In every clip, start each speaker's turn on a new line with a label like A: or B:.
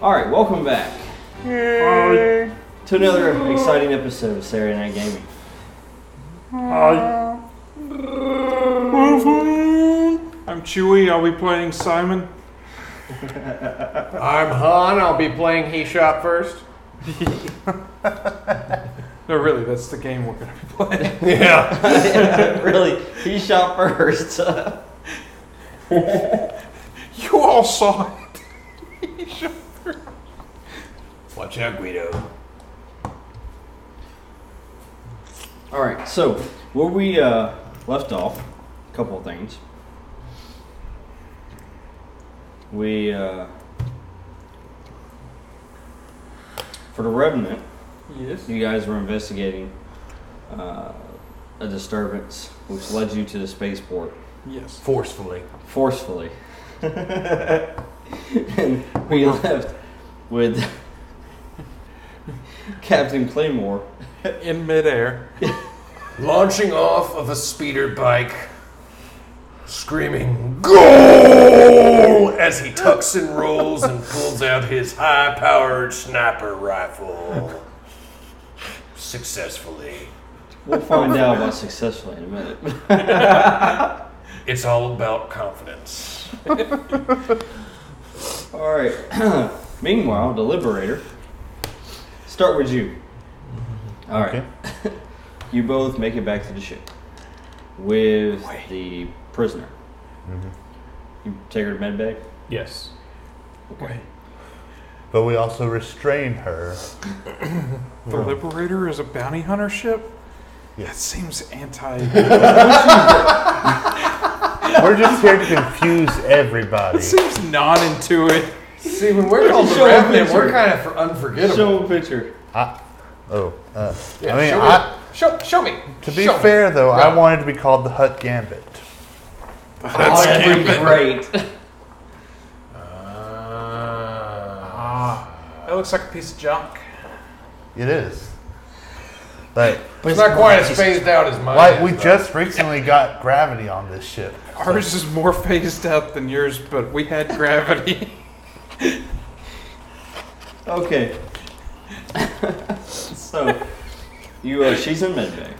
A: All right, welcome back
B: Hi.
A: to another exciting episode of Saturday Night Gaming.
B: Hi. I'm Chewy. I'll be playing Simon.
C: I'm Han. I'll be playing He Shop first.
B: No, really, that's the game we're gonna be playing.
C: Yeah.
A: really, he shot first.
B: You all saw it.
C: Watch out, Guido.
A: All right, so where we uh, left off, a couple of things. We, uh, for the Revenant,
B: Yes.
A: you guys were investigating uh, a disturbance which led you to the spaceport
B: Yes.
C: Forcefully.
A: forcefully. and we left with Captain Claymore.
B: In midair.
C: Launching off of a speeder bike, screaming "Goal!" as he tucks and rolls and pulls out his high-powered sniper rifle. Successfully.
A: We'll find out about successfully in a minute.
C: It's all about confidence.
A: All right. Meanwhile, the Liberator. Start with you. All right. you both make it back to the ship with the prisoner. You take her to medbay.
D: Yes.
A: Okay.
E: But we also restrain her.
B: The Liberator is a bounty hunter ship. That
E: Yes.
B: seems anti.
E: We're just here to confuse everybody.
B: It seems non-intuitive.
C: See, when we're
A: called the Show him Revenant, picture. we're
C: kind of unforgettable.
A: Show him a picture.
E: I, oh, uh, I mean, I,
C: show, show me.
E: to be fair though, I wanted to be called the Hut Gambit.
A: That's Oh, that'd be great.
D: Ah.
B: That looks like a piece of junk.
E: It is. Like,
C: It's not quite as phased out as mine.
E: like we
C: is, though.
E: just recently got gravity on this ship.
B: Ours is more phased out than yours, but we had gravity.
A: Okay. so, you uh, she's in medbay.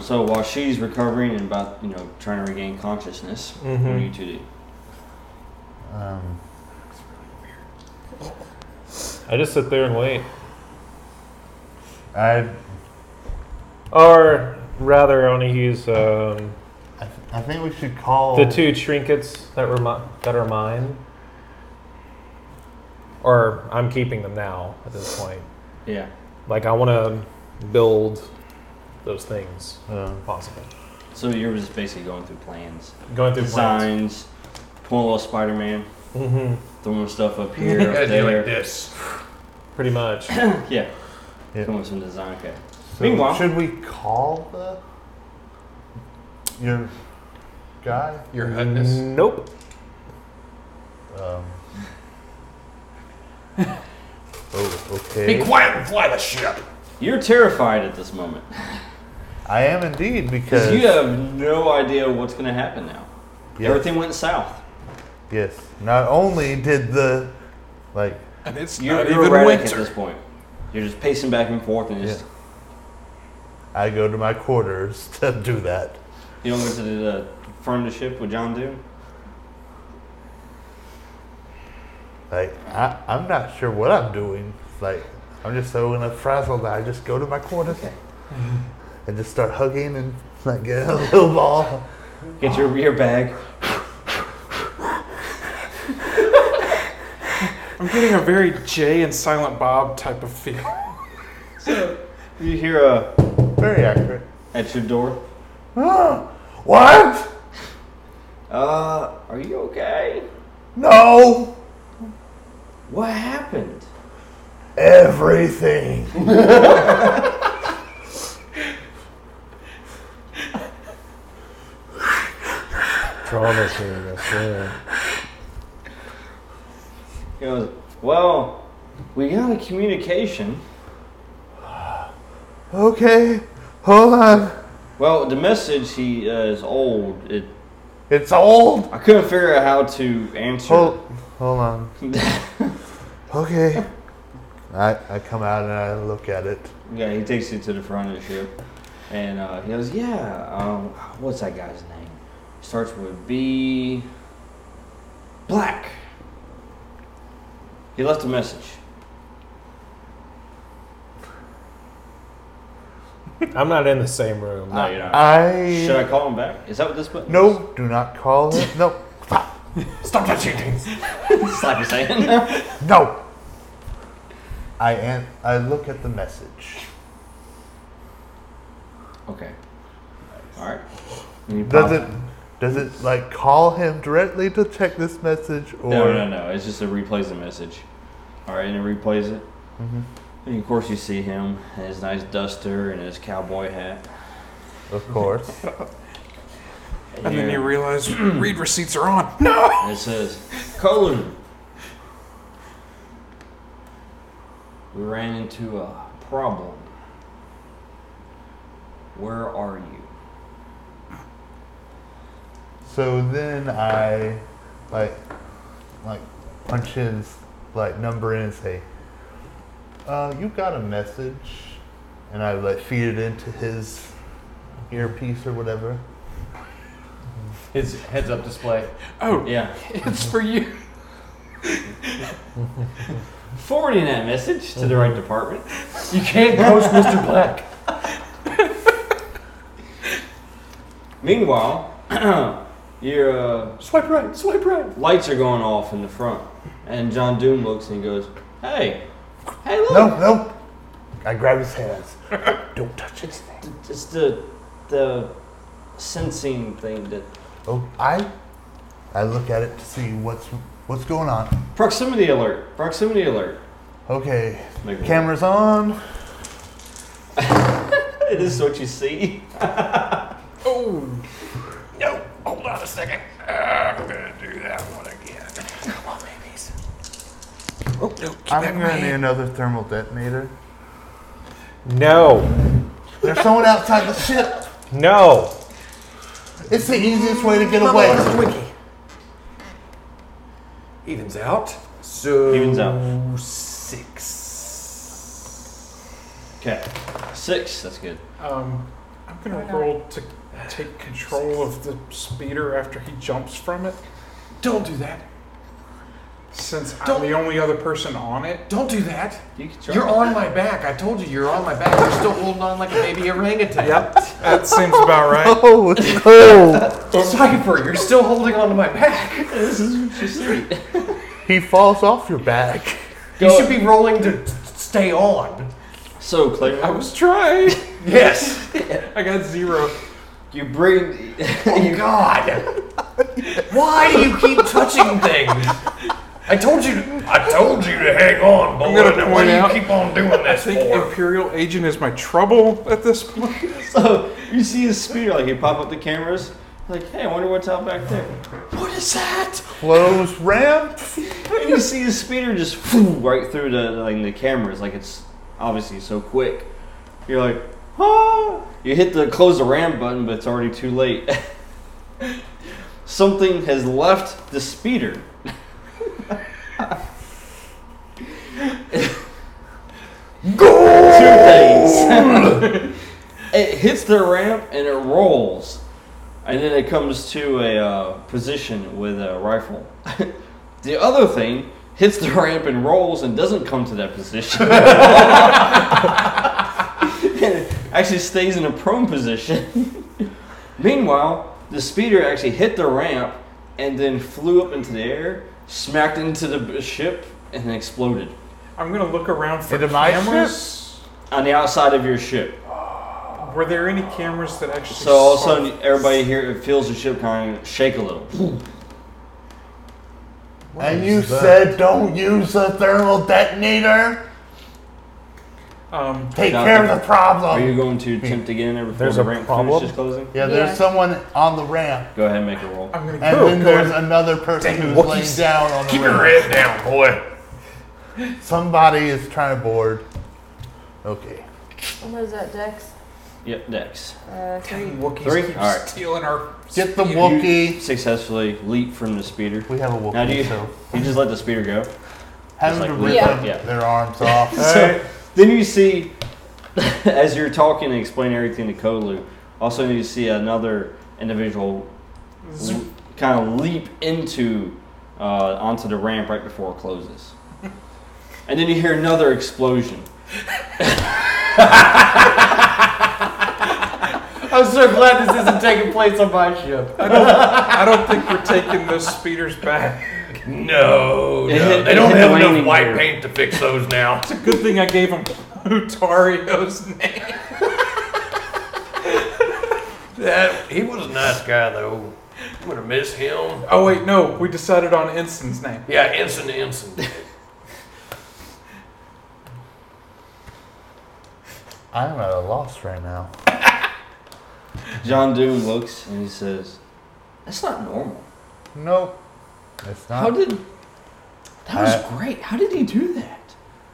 A: so while she's recovering and about you know trying to regain consciousness, what
D: Mm-hmm.
A: do you two do?
E: Um,
D: I just sit there and wait.
E: I,
D: Or rather, I want to use um,
E: I, th- I think we should call
C: Oh.
D: the two trinkets that were mi- that are mine. Or I'm keeping them now at this point.
A: Yeah.
D: Like I want to build those things
E: Uh,
D: if possible.
A: So you're just basically going through plans,
D: Going through plans.
A: designs, pulling a little Spider-Man,
D: hmm
A: throwing stuff up here,
C: You gotta
A: up
C: do like
A: there.
C: this.
D: Pretty much.
A: Yeah.
E: Yeah.
A: Doing some design. Okay.
E: so
A: Meanwhile-
E: should we call the your guy?
C: Your hutness.
D: nope.
E: Um, oh, okay.
C: Be quiet and fly the ship.
A: You're terrified at this moment
E: I am indeed because
A: because you have no idea what's going to happen now.
E: Yes.
A: Everything went south.
E: yes, not only did the like
B: And it's
A: You're
B: not even
A: erratic at
B: winter.
A: this point. You're just pacing back and forth and just
E: I go to my quarters to do that.
A: you don't go to the firm the ship with John Doe.
E: Like I, I'm not sure what I'm doing. Like I'm just so in a frazzle that I just go to my quarters and just start hugging and like get a little ball.
A: Get your your bag.
B: I'm getting a very Jay and Silent Bob type of feel.
A: You hear uh, a
E: Very accurate.
A: at your door.
E: what?
A: Uh, are you okay?
E: No.
A: What happened?
E: Everything.
D: Trauma scene, I swear.
A: He goes, Well, we got a communication.
E: Okay. Hold on.
A: Well, the message he uh, is old. It
E: It's old.
A: I couldn't figure out how to answer.
E: Hold, hold on. okay. I, I come out and I look at it.
A: Yeah, he takes you to the front of the ship, and uh, he goes, "Yeah, um, what's that guy's name? Starts with B. Black. He left a message.
D: I'm not in the same room.
A: No, you're not.
E: I
A: Should I call him back? Is that what this button? is?
E: no, do not call it. No,
C: Stop touching things.
A: Slap his hand.
E: no. I am. I look at the message.
A: okay. All right. And you
E: Does
A: pop-
E: it? Does it like call him directly to check this message or?
A: No, no, no. It's just it replays the message. All right, and it replays it.
B: Mm-hmm.
A: And of course, you see him in his nice duster and his cowboy hat.
E: Of course.
B: And then
A: Yeah.
B: you realize read receipts are on. No!
A: And it says, colon. We ran into a problem. Where are you?
E: So then I like like punch his like number in and say, uh, you got a message and I like feed it into his earpiece or whatever.
C: His heads up display.
B: Oh,
A: Yeah.
B: it's for you.
A: Forwarding that message to the right department.
C: You can't ghost Mr. Black.
A: Meanwhile, your uh,
C: Swipe right, swipe right.
A: lights are going off in the front. And John Doom looks and he goes, hey, hey, look.
E: No, no. I grab his hands. Don't touch it.
A: It's, it's the, the sensing thing that
E: Oh I I look at it to see what's what's going on.
A: proximity alert. Proximity alert.
E: Okay.
A: Make it
E: Cameras on.
A: work. This is what you see.
B: Oh,
C: No, hold on a second. Uh, I'm gonna do that one again. Come on, babies.
E: I'm gonna need another thermal detonator.
D: No,
E: There's someone outside the ship.
D: no.
E: It's the easiest way to get away.
C: Evens out. So
A: Evens out.
C: Six.
A: Okay. Six. That's good.
B: Um, I'm gonna roll to take control of the speeder after he jumps from it,
C: Don't do that.
B: since
C: Don't-
B: I'm the only other person on it.
C: Don't do that.
A: You can try.
C: You're on my back. I told you you're on my back. You're still holding on like a baby orangutan.
D: Yep.
B: That seems about right.
E: Oh, it's cold.
C: Cypher, you're still holding on to my back.
E: He falls off your back.
C: You should be rolling to s- stay on.
A: So, Clay,
B: I was trying.
C: Yes.
B: I got zero.
A: you bring.
C: Oh God! Why do you keep touching things? I told you. I told you to hang on, boy.
B: I'm gonna
C: Now
B: point out-
C: keep on doing
B: I think Imperial Agent is my trouble at this point.
A: so you see his speeder, like you pop up the cameras. Like, hey, I wonder what's out back there. What is that?
E: Close ramp.
A: And you see his speeder just right through the like the cameras. Like it's obviously so quick. You're like, ah! You hit the close the RAM button, but it's already too late. Something has left the speeder. Two things. it hits the ramp and it rolls, and then it comes to a uh, position with a rifle. the other thing hits the ramp and rolls and doesn't come to that position. It actually stays in a prone position. Meanwhile, the speeder actually hit the ramp and then flew up into the air, smacked into the b- ship, and then exploded
B: I'm gonna look around for
E: Into my
B: cameras.
A: on the outside of your ship.
B: Were there any cameras that actually?
A: So all of a
B: saw-
A: sudden, everybody here it feels the ship kind of shake a little.
E: and you said don't use the thermal detonator.
B: Um,
E: Take
A: Nothing.
E: care of the problem.
A: Are you going to attempt to get in there before
D: Oh. Hmm. There's
A: the
D: a
A: ramp
D: problem?
A: finishes closing?
E: yeah, there's
F: Yeah.
E: someone on the ramp,
A: Go ahead and make a roll.
B: I'm gonna
E: and
B: go.
E: then there's another person
D: Dang
E: who's
D: Wookiees.
E: laying down on the
C: Keep your
E: ramp.
C: head down, boy.
E: Somebody is trying to board. Okay.
F: What is that, Dex?
A: Yep, next.
F: Uh, three.
B: Wookiees
A: Three?
B: keep
A: Alright.
B: stealing our.
E: Get the
B: speed.
E: Wookiee.
A: Successfully leap from the speeder.
E: We have a
A: Now do
E: Wookiee,
A: you,
E: so
A: you just let the speeder go?
E: Having
A: like
E: to
A: rip
E: rip
F: up-
E: them-
A: yeah.
E: their arms off.
A: So then you see, as you're talking and explaining everything to Kolu, also you see another individual kind of leap into uh, onto the ramp right before it closes, and then you hear another explosion.
G: I'm so glad this isn't taking place on my ship.
B: I don't think we're taking those speeders back.
C: No,
A: It
C: no.
A: hit-
C: they
A: it
C: don't
A: hit
C: have
A: the
C: enough
A: landing
C: white
A: gear.
C: paint to fix those now.
B: It's a good thing I gave him Plutario's name.
C: That he was a nice guy though. I'm gonna miss him.
B: Oh wait, no, we decided on Ensign's name.
C: Yeah, ensign to ensign.
E: I'm at a loss right now.
A: John Doe looks and he says, "That's not normal.
E: Nope. It's not.
A: How did? That was
E: Uh,
A: great. How did he do that?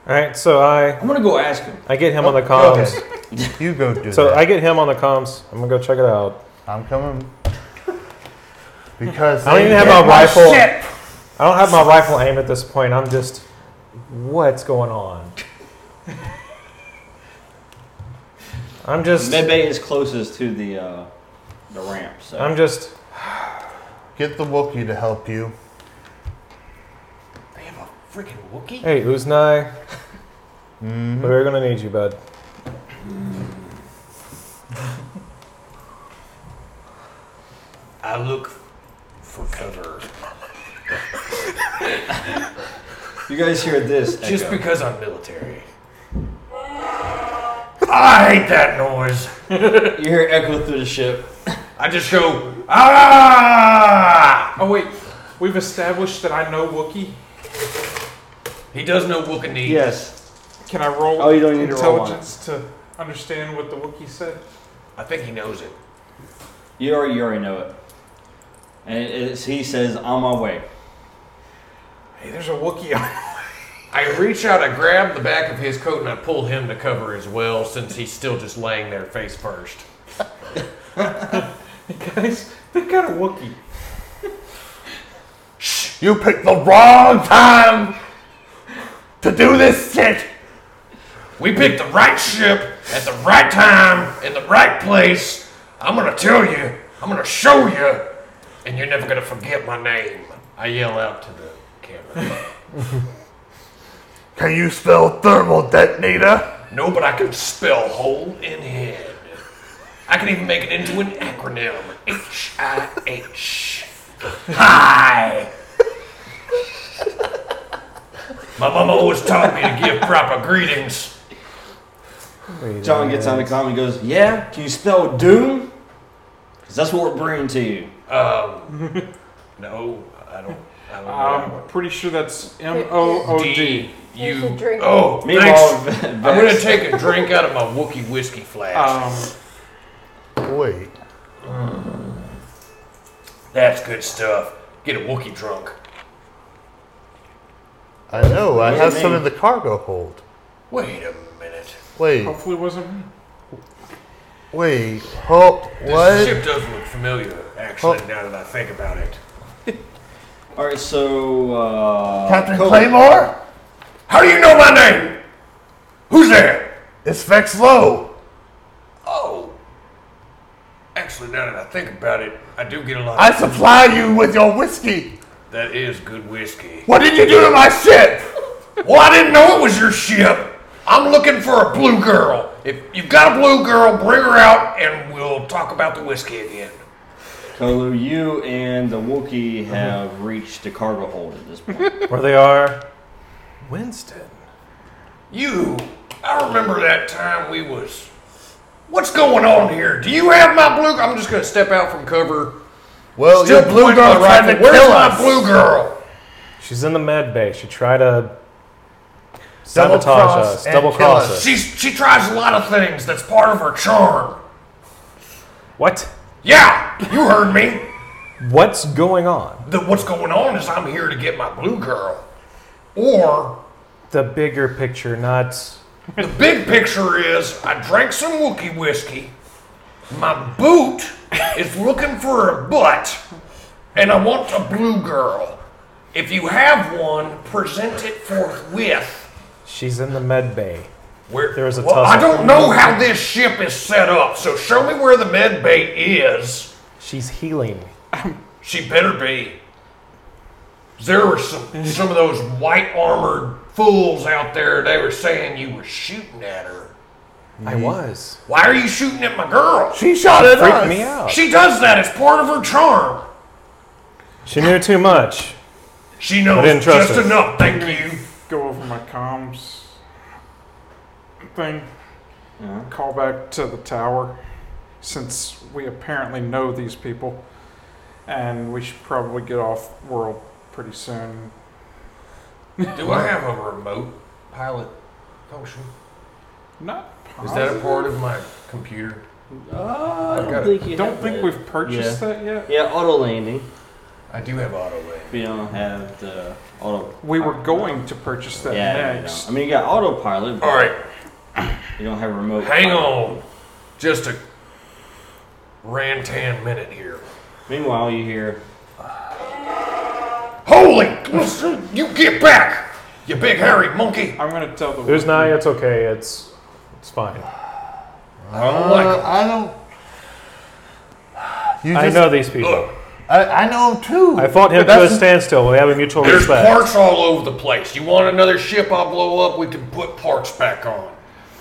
D: All right, so I
A: I want to go ask him."
D: I get him on the
E: Go
D: comms.
E: ahead. you go do
D: So
E: that.
D: I get him on the comms. I'm gonna go check it out.
E: I'm coming. Because
D: I don't
E: they
D: even have
E: hit
D: my rifle.
E: ship.
D: I don't have my rifle aimed at this point. I'm just, what's going on? I'm just,
A: Medbay is closest to the uh, the ramp. So
D: I'm just.
E: Get the Wookiee to help you.
C: They have a freaking Wookiee?
D: Hey, Uznai,
A: Mm-hmm.
D: we're gonna need you, bud.
C: I look for feathers.
A: you guys hear this?
C: Just
A: echo.
C: because I'm military. I hate that noise.
A: you hear it echo through the ship.
C: I just go, ah!
B: Oh wait, we've established that I know Wookiee.
C: He does know Wookiee.
A: Yes.
B: Can I roll
A: Oh, you don't need to roll on it.
B: intelligence to, understand what the Wookiee said?
C: I think he knows it.
A: You already, you already know it. And it- it's, he says, on my way.
B: Hey, there's a Wookiee. on-
C: I reach out, I grab the back of his coat, and I pull him to cover as well, since he's still just laying there face first.
B: Guys, they got a Wookiee.
E: You picked the wrong time
C: Um,
E: to do this shit.
C: We picked the right ship at the right time in the right place. I'm gonna tell you, I'm gonna show you, and you're never gonna forget my name. I yell out to the camera.
E: Can you spell thermal detonator?
C: no, but I can spell hole in head. I can even make it into an acronym. H I H. Hi. My mama always taught me to give proper greetings.
A: John gets on the comm and goes, Yeah, can you spell doom? Because that's what we're bringing to you.
C: Um, no, I don't. I don't know.
B: I'm Um, pretty sure that's M O O D.
C: D.
F: Here's
C: You.
F: a drink.
C: Oh,
A: Meanwhile,
C: thanks.
A: Vex,
C: I'm gonna take a drink out of my Wookiee whiskey flask.
B: Um,
E: Wait.
C: That's good stuff. Get a Wookiee drunk.
E: I know. I
A: What
E: have
A: do you
E: some
A: mean?
E: in the cargo hold.
C: Wait a minute.
E: Wait.
B: hopefully it wasn't me.
E: Wait. Oh,
C: This
E: what?
C: ship does look familiar, actually. Now that I think about it.
A: All right, so. Uh,
E: Captain
A: Cole-
E: Claymore?
C: How do you know my name? Who's there?
E: It's Vex Low.
C: Oh. Actually, now that I think about it, I do get a lot.
E: I supply you with your whiskey.
C: that is good whiskey.
E: What did you do to my ship?
C: Well, I didn't know it was your ship. I'm looking for a blue girl. If you've got a blue girl, bring her out and we'll talk about the whiskey again.
A: Kolu, you and the Wookiee have reached the cargo hold at this point.
D: Where they are, Winston.
C: You, I remember that time we was. What's going on here? Do you have my blue? I'm just gonna step out from cover.
E: Well,
C: Still
E: your blue
C: pointing
E: girl
C: my
E: tried
C: rifle.
E: to
C: Where's
E: kill
C: my
E: us.
C: blue girl?
D: She's in the med bay. She tried to sabotage
E: cross
D: us,
E: and
D: double
E: kill
D: cross
E: us.
D: us.
C: She's she tries a lot of things. That's part of her charm.
D: What?
C: Yeah, you heard me.
D: What's going on?
C: The, what's going on is I'm here to get my blue girl, or
D: The bigger picture, not.
C: The big picture is I drank some Wookiee whiskey. My boot is looking for a butt, and I want a blue girl. If you have one, present it forthwith.
D: She's in the med bay.
C: Where
D: There was a
C: well, I
D: tussle.
C: don't know how this ship is set up, so show me where the med bay is.
D: She's healing.
C: She better be. There were some some of those white armored fools out there. They were saying you were shooting at her.
D: I was.
C: Why are you shooting at my girl?
E: She shot at
D: Freaked
E: us.
D: me out.
C: She does that. It's part of her charm.
D: She knew too much.
C: She knows
D: didn't trust
C: just
D: her.
C: enough. Thank you.
B: Go over my comms thing.
A: Yeah.
B: Call back to the tower, since we apparently know these people, and we should probably get off world pretty soon.
C: Do I have a remote pilot function?
B: Not
C: Is that a
B: positive.
C: part of my computer?
A: Uh, I
C: got
A: don't
C: it.
A: think you
B: Don't
A: have
B: think
A: that.
B: we've purchased that yet.
A: Yeah, auto landing.
C: I do have auto aim.
A: We don't have the auto.
B: We were going to purchase that
A: Yeah, you
B: next.
A: don't. I mean, you got autopilot. but
C: All right.
A: You don't have remote.
C: Hang
A: pilot.
C: on. Just a rantan minute here.
A: Meanwhile, you hear
C: Holy! You get back! You big hairy monkey!
B: I'm gonna tell the.
D: There's not. It's okay. It's it's fine.
C: I don't like
E: Uh, I don't. You
D: I
E: just,
D: know these people.
C: Look,
E: I, I know him too.
D: I fought him
E: But
D: to a
E: that's-
D: standstill. We have a mutual
C: there's
D: respect.
C: parts all over the place. You want another ship I'll blow up? We can put parts back on.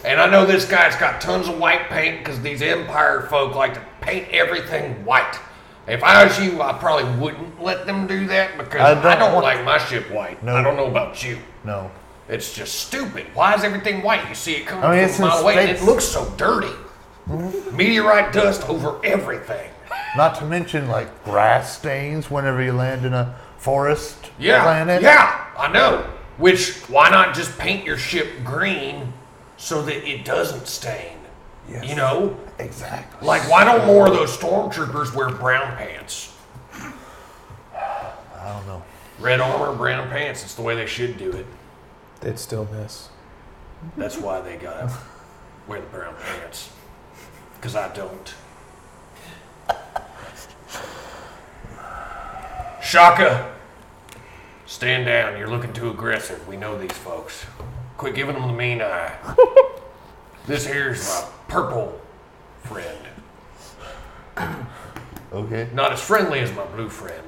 C: And I know this guy's got tons of white paint because these Empire folk like to paint everything white. If I was you, I probably wouldn't let them do that because I
E: I
C: don't,
E: don't want-
C: like my ship white.
E: No.
C: I don't know about you.
E: No.
C: It's just stupid. Why is everything white? You see it coming
E: I mean, Oh, it's
C: from a
E: in
C: mile away, and it
E: space.
C: looks so dirty. Meteorite dust over everything.
E: Not to mention like grass stains whenever you land in a forest
C: Yeah,
E: planet.
C: yeah, I know. Which why not just paint your ship green so that it doesn't stain?
E: Yes.
C: You know,
E: Exactly.
C: like why don't more of those stormtroopers wear brown pants?
E: I don't know.
C: Red armor, brown pants. It's the way they should do it.
D: It's still miss.
C: That's why they gotta wear the brown pants. Cause I don't. Shaka, stand down. You're looking too aggressive. We know these folks. Quit giving them the mean eye. this here's my purple friend.
E: Okay.
C: Not as friendly as my blue friend.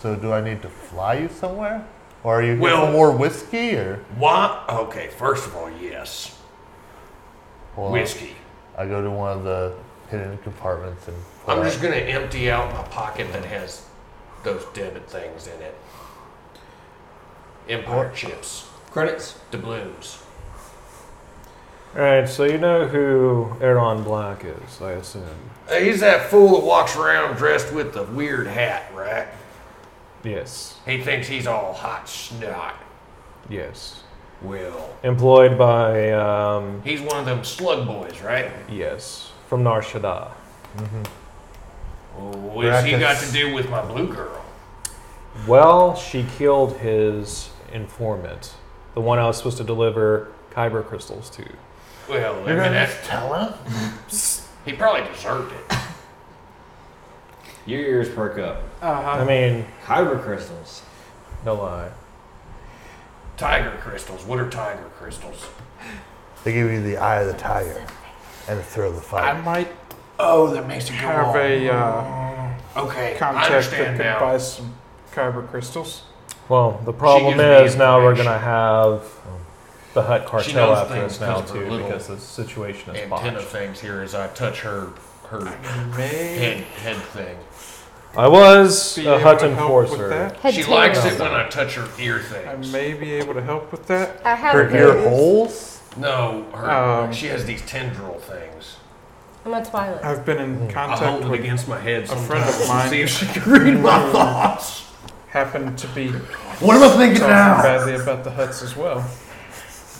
E: So do I need to fly you somewhere? Or are you getting
C: Well-
E: some more whiskey or
C: Why? Okay, first of all, yes.
E: Well,
C: Whiskey.
E: I go to one of the hidden compartments and pull
C: I'm
E: out-
C: just gonna empty out my pocket that has those debit things in it. Empire chips,
G: Credits.
C: doubloons.
D: All right. So you know who Aaron Black is, I assume.
C: Hey, he's that fool that walks around dressed with the weird hat, right?
D: Yes.
C: He thinks he's all hot snot.
D: Yes.
C: Well,
D: Employed by um,
C: he's one of them slug boys, right?
D: yes from Nar Shaddaa.
C: What's he got to do with my blue girl?
D: Well, she killed his informant, the one I was supposed to deliver kyber crystals to.
C: Well, I mean,
E: You're gonna
C: that,
E: just tell him?
C: he probably deserved it.
A: your ears perk up.
B: uh-huh.
D: I mean,
A: Kyber crystals.
D: no lie.
C: Tiger crystals. What are tiger crystals?
E: They give you the eye of the tiger and the thrill of the
B: I
E: fight.
B: might
C: Oh, that makes it go
B: have
C: on.
B: a uh,
C: Okay, I
B: contact that
C: understand
B: could
C: now.
B: buy some kyber crystals.
D: Well, the problem
C: gives me
D: is now we're
C: information.
D: gonna have the Hut
C: She
D: cartel
C: knows
D: after
C: things
D: us now
C: 'cause of her
D: too,
C: little
D: because the situation is
C: antenna
D: botched.
C: things here as I touch her her head head thing.
D: I was
B: Be
D: a
B: able
D: Hut
B: to help with
D: enforcer.
B: that?
F: Head
C: she
F: tail.
C: likes it when I touch her ear
B: I
C: things.
B: may be able to help with that.
F: I have
E: Her ear
F: those.
E: holes?
C: No, her
B: Um,
C: she has these tendril things.
F: I'm a Twilight.
B: I've been in
C: I
B: contact
C: hold it
B: with
C: against my head
B: friend
C: sometimes
B: of mine-
C: to see if she can read my thoughts.
B: happened to be
C: What am I thinking
B: talking
C: now?
B: badly about the huts as well.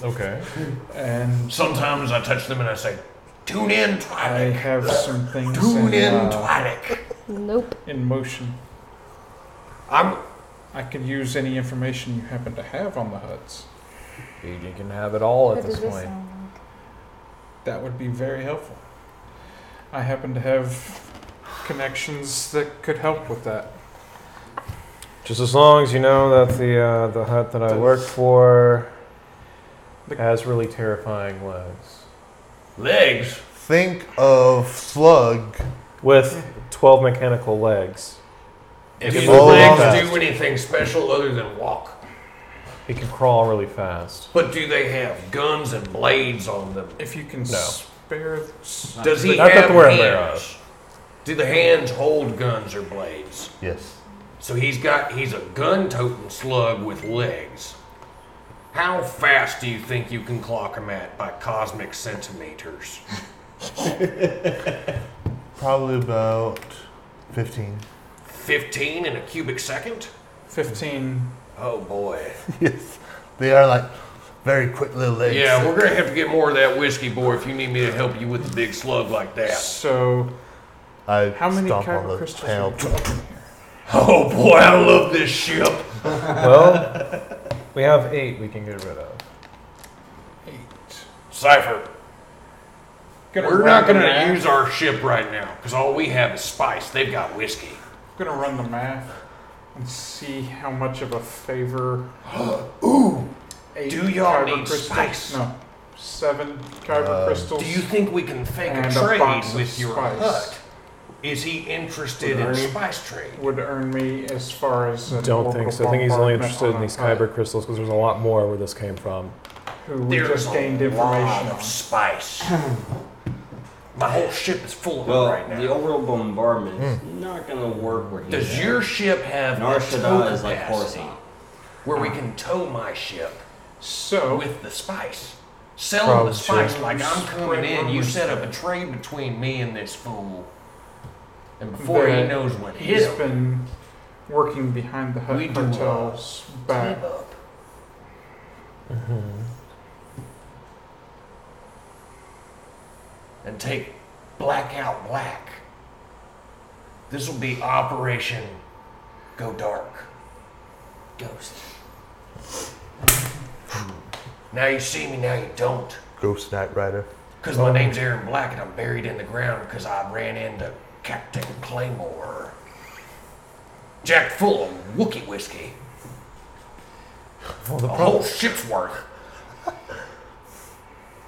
D: Okay.
B: And
C: Sometimes I touch them and I say, "Tune in,
B: I
C: Twilight.
B: have some things
C: Tune
B: in,
C: in,
B: uh,
C: Twilight."
F: Nope.
B: in motion.
C: I'm.
B: I could use any information you happen to have on the huts.
D: You can have it all
F: What
D: Oh, at this
F: does this
D: point.
F: sound like?
B: That would be very helpful. I happen to have connections that could help with that.
D: Just as long as you know that the uh, the hut that I work for
B: The-
D: has really terrifying legs
C: Legs.
E: Think of slug.
D: with twelve mechanical legs.
C: If
E: Get
C: his
E: all
C: legs
E: fast.
C: do anything special other than walk,
D: He can crawl really fast.
C: but do they have guns and blades on them?
B: If you can
D: No.
B: spare. s-
C: Does he
D: Not that
C: have
D: we're aware
C: hands? Do the hands hold guns or blades?
E: Yes.
C: So he's got he's a gun toting slug with legs. How fast do you think you can clock him at by cosmic centimeters?
E: Probably about 15.
C: Fifteen in a cubic second?
B: 15.
C: Oh boy.
E: yes. They are like very quick little legs.
C: Yeah, we're gonna have to get more of that whiskey boy if you need me to help you with the big slug like that.
B: So,
E: I
B: how many
E: stomp on
B: kyber
E: the
B: crystals?
E: panel.
B: are you getting?
C: Oh boy, I love this ship.
D: Well, we have eight we can get rid of.
B: Eight.
C: Cipher.
B: Gonna
C: We're
B: run
C: not
B: the
C: gonna
B: math.
C: use our ship right now, because all we have is spice. They've got whiskey.
B: gonna run the math and see how much of a favor. Ooh.
C: Do y'all need spice?
B: No. Seven kyber
E: Uh,
B: crystals.
C: Do you think we can fake a
B: And a
C: trade
B: box of
C: with your
B: spice.
C: hut? Is he interested in
B: Alright.
C: spice trade?
B: would earn me as far as an
D: Don't think
B: orbital
D: so. I think he's only
B: bombardment
D: interested in
B: on
D: these
B: a planet
D: kyber crystals because there's a lot more where this came from.
B: Who we
C: There's
B: just gained
C: a lot
B: information on.
C: of spice. My whole ship is full of
A: Well,
C: it right
A: the
C: now.
A: overall bombardment is not going to work where he's
C: Does
A: at.
C: your ship have a
A: Nar
C: tow
A: Shaddaa is like
C: capacity
A: Coruscant.
C: where we can tow my ship
B: So,
C: with the spice? Sell him
E: Probably
C: the spice
E: should.
C: like I'm coming in. You
B: Probably
C: set up a trade between me and this fool, and before he
B: That
C: knows what hit
B: he's
C: him,
B: been working behind the
C: We
B: hut
C: do, uh,
B: hotels back.
C: tip up. Mm-hmm. And take blackout black. This will be Operation Go Dark. Ghost. Now you see me, now you don't.
E: Ghost Knight Rider.
C: Because
E: Oh.
C: my name's Aaron Black and I'm buried in the ground because I ran into Captain Claymore. Jack full of Wookie whiskey.
E: Well, the
C: A
E: problem,
C: whole ship's worth.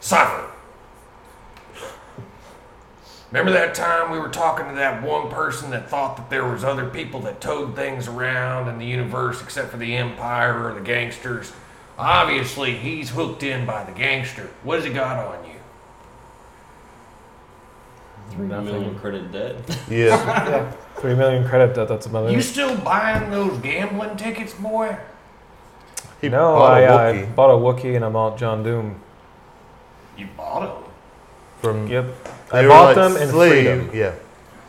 C: Cipher. Remember that time we were talking to that one person that thought that there was other people that towed things around in the universe except for the Empire or the gangsters? Obviously, he's hooked in by the gangster. What has he got on you?
A: Three million credit debt.
E: yes.
D: Three million credit debt. That's another.
C: You still buying those gambling tickets, boy?
E: He
D: no,
E: bought
D: I
E: a
D: uh,
E: Wookiee
D: bought a Wookiee and I'm out John Doom.
C: You bought them.
E: from.
D: Yep.
E: they
D: I
E: were,
D: bought
E: like,
D: them and
E: slave-
D: freed them.
E: Yeah.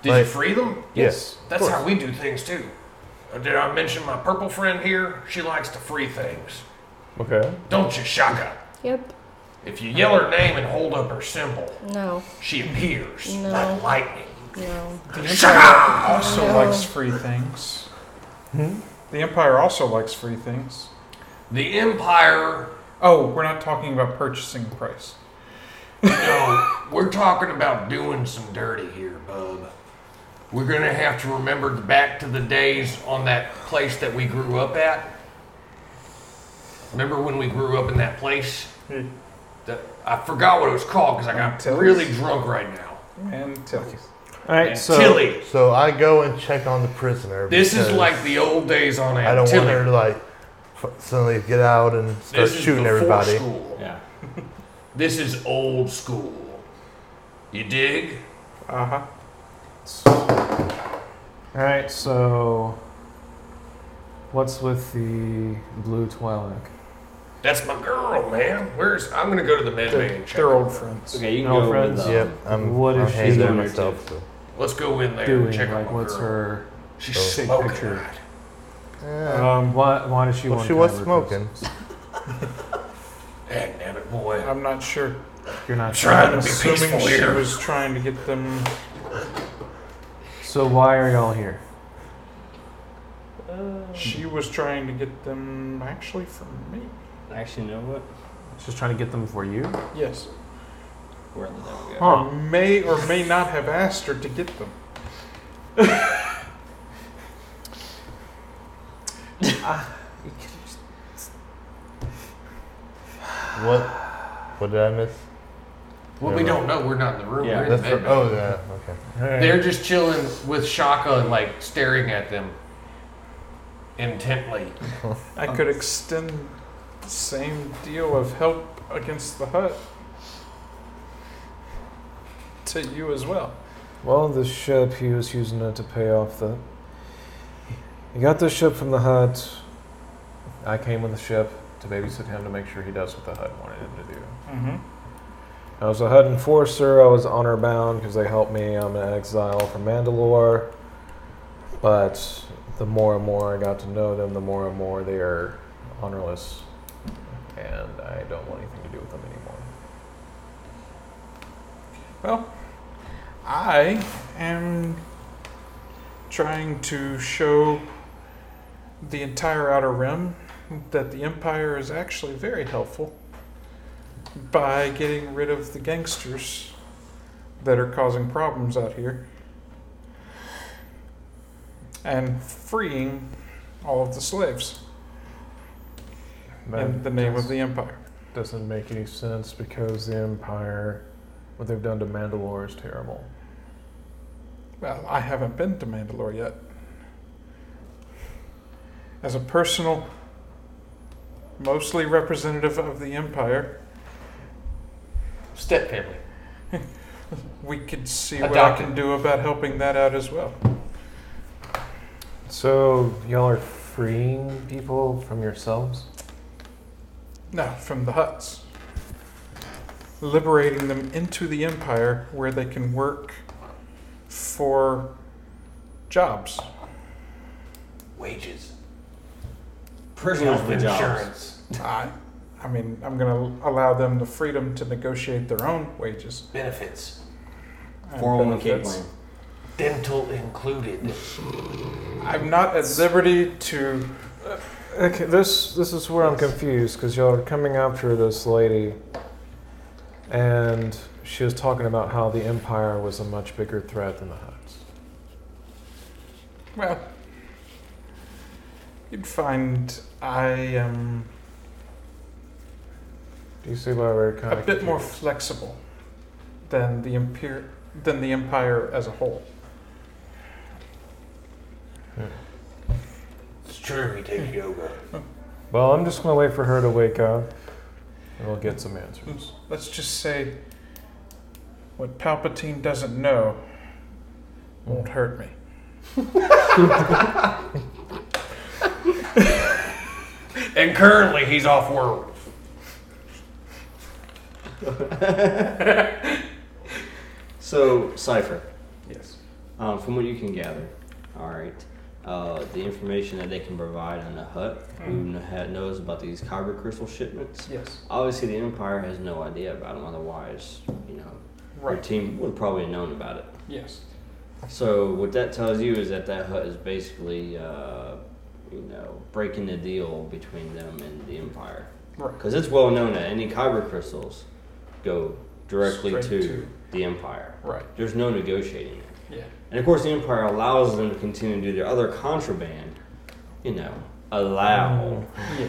C: Did you
E: Like-
C: free them?
E: Yes.
C: That's how we do things too. Uh, Did I mention my purple friend here? She likes to free things.
D: Okay.
C: Don't you, Shaka?
F: Yep.
C: If you yell her name and hold up her symbol,
F: No.
C: she appears
F: No.
C: like lightning.
F: No.
B: The Empire also
F: No.
B: likes free things.
D: Hmm?
B: The Empire also likes free things.
C: The Empire.
B: Oh, we're not talking about purchasing price.
C: No, we're talking about doing some dirty here, bub. We're gonna have to remember back to the days on that place that we grew up at. Remember when we grew up in that place?
E: Hmm.
C: The- I forgot what it was called because I got
B: Antilles?
C: really drunk right now.
B: And Tilly.
D: All right. So
C: Antilles.
E: So I go and check on the prisoner.
C: This is
E: because
C: like the old days on
E: I don't
C: Antilles.
E: want her to like f- suddenly get out and start
C: This is
E: shooting
C: before
E: everybody.
C: School.
A: Yeah.
C: This is old school. You dig?
B: Uh huh.
D: all right. So what's with the blue Twi'lek?
C: That's my girl, man. Where's I'm gonna go to the med bay and check.
B: They're
C: her.
B: old friends.
A: Okay, you can
D: No
A: go
D: friends.
A: with um,
E: Yep. I'm.
D: What
E: I'm
D: is she
E: hands
A: doing
E: on
A: here,
E: myself. So.
C: Let's go in there and
D: Doing
C: check out
D: like
C: my
D: what's
C: girl.
D: her?
C: She's
E: Oh.
C: smoking.
D: Picture.
C: right?
E: Yeah.
D: Um, why, why does she
E: Well,
D: want?
E: she was
D: Kyber
E: smoking.
D: crystals?
C: Dang, damn it, boy. I'm
B: I'm not sure.
D: You're not sure.
C: trying
B: I'm
C: to be
B: assuming
C: peaceful
B: she
C: here.
B: was trying to get them.
D: So why are y'all here?
B: She was trying to get them actually from me.
A: Actually, you know what?
D: She's trying to get them for you.
B: Yes.
A: Where did that go?
D: Huh?
B: May or may not have asked her to get them. Ah,
E: What? What did I miss?
C: Well, we don't know. We're not in the room.
A: Yeah,
C: We're in
E: That's
C: the
E: for,
C: med bay.
E: oh yeah. Okay.
C: They're just chilling with Shaka, like staring at them intently.
B: I could extend the same deal of help against the hut to you as well.
D: Well, the ship, he was using it to pay off the. He got the ship from the hut. I came with the ship to babysit him to make sure he does what the hut wanted him to do.
B: Mm-hmm.
D: I was a HUD enforcer. I was honor bound because they helped me. I'm an exile from Mandalore. But the more and more I got to know them, the more and more they are honorless. And I don't want anything to do with them anymore.
B: Well, I am trying to show the entire Outer Rim that the Empire is actually very helpful by getting rid of the gangsters that are causing problems out here and freeing all of the slaves in the name of the Empire.
D: doesn't make any sense because the Empire, what they've done to Mandalore is terrible.
B: Well, I haven't been to Mandalore yet. As a personal, mostly representative of the Empire,
G: Step family.
B: we could see what I
G: Adopted.
B: can do about helping that out as well.
D: So, y'all are freeing people from yourselves?
B: No, from the huts. Liberating them into the Empire where they can work for jobs.
C: Wages.
A: Prisoners for jobs.
C: insurance.
B: I, I mean, I'm going to allow them the freedom to negotiate their own wages.
C: Benefits.
B: and
A: 401k
B: benefits.
A: plan.
C: Dental included.
B: I'm not at liberty to.
D: Okay, this this is where I'm confused because y'all are coming after this lady, and she was talking about how the Empire was a much bigger threat than the Huts.
B: Well, you'd find I am
D: Do you see why we're
B: a
D: kind of
B: bit more flexible than the empire than the empire as a whole.
C: It's true, he takes yoga.
D: Well, I'm just gonna wait for her to wake up, and we'll get some answers.
B: Let's just say what Palpatine doesn't know won't hurt me.
C: And currently, he's off world.
A: So, Cypher,
B: Yes.
A: um, from what you can gather, all right, uh, the information that they can provide on the hut,
B: Mm-hmm.
A: who kn- ha- knows about these kyber crystal shipments?
B: Yes.
A: Obviously, the Empire has no idea about them, otherwise, you know, our
B: Right.
A: team would have probably known about it.
B: Yes.
A: So, what that tells you is that that hut is basically, uh, you know, breaking the deal between them and the Empire.
B: Right.
A: Because it's well known that any kyber crystals go directly
B: Straight
A: to,
B: to-
A: the Empire.
B: Right.
A: There's no negotiating it.
B: Yeah.
A: And of course, the Empire allows them to continue to do their other contraband, you know,
B: Mm.
A: allow,
B: Yeah.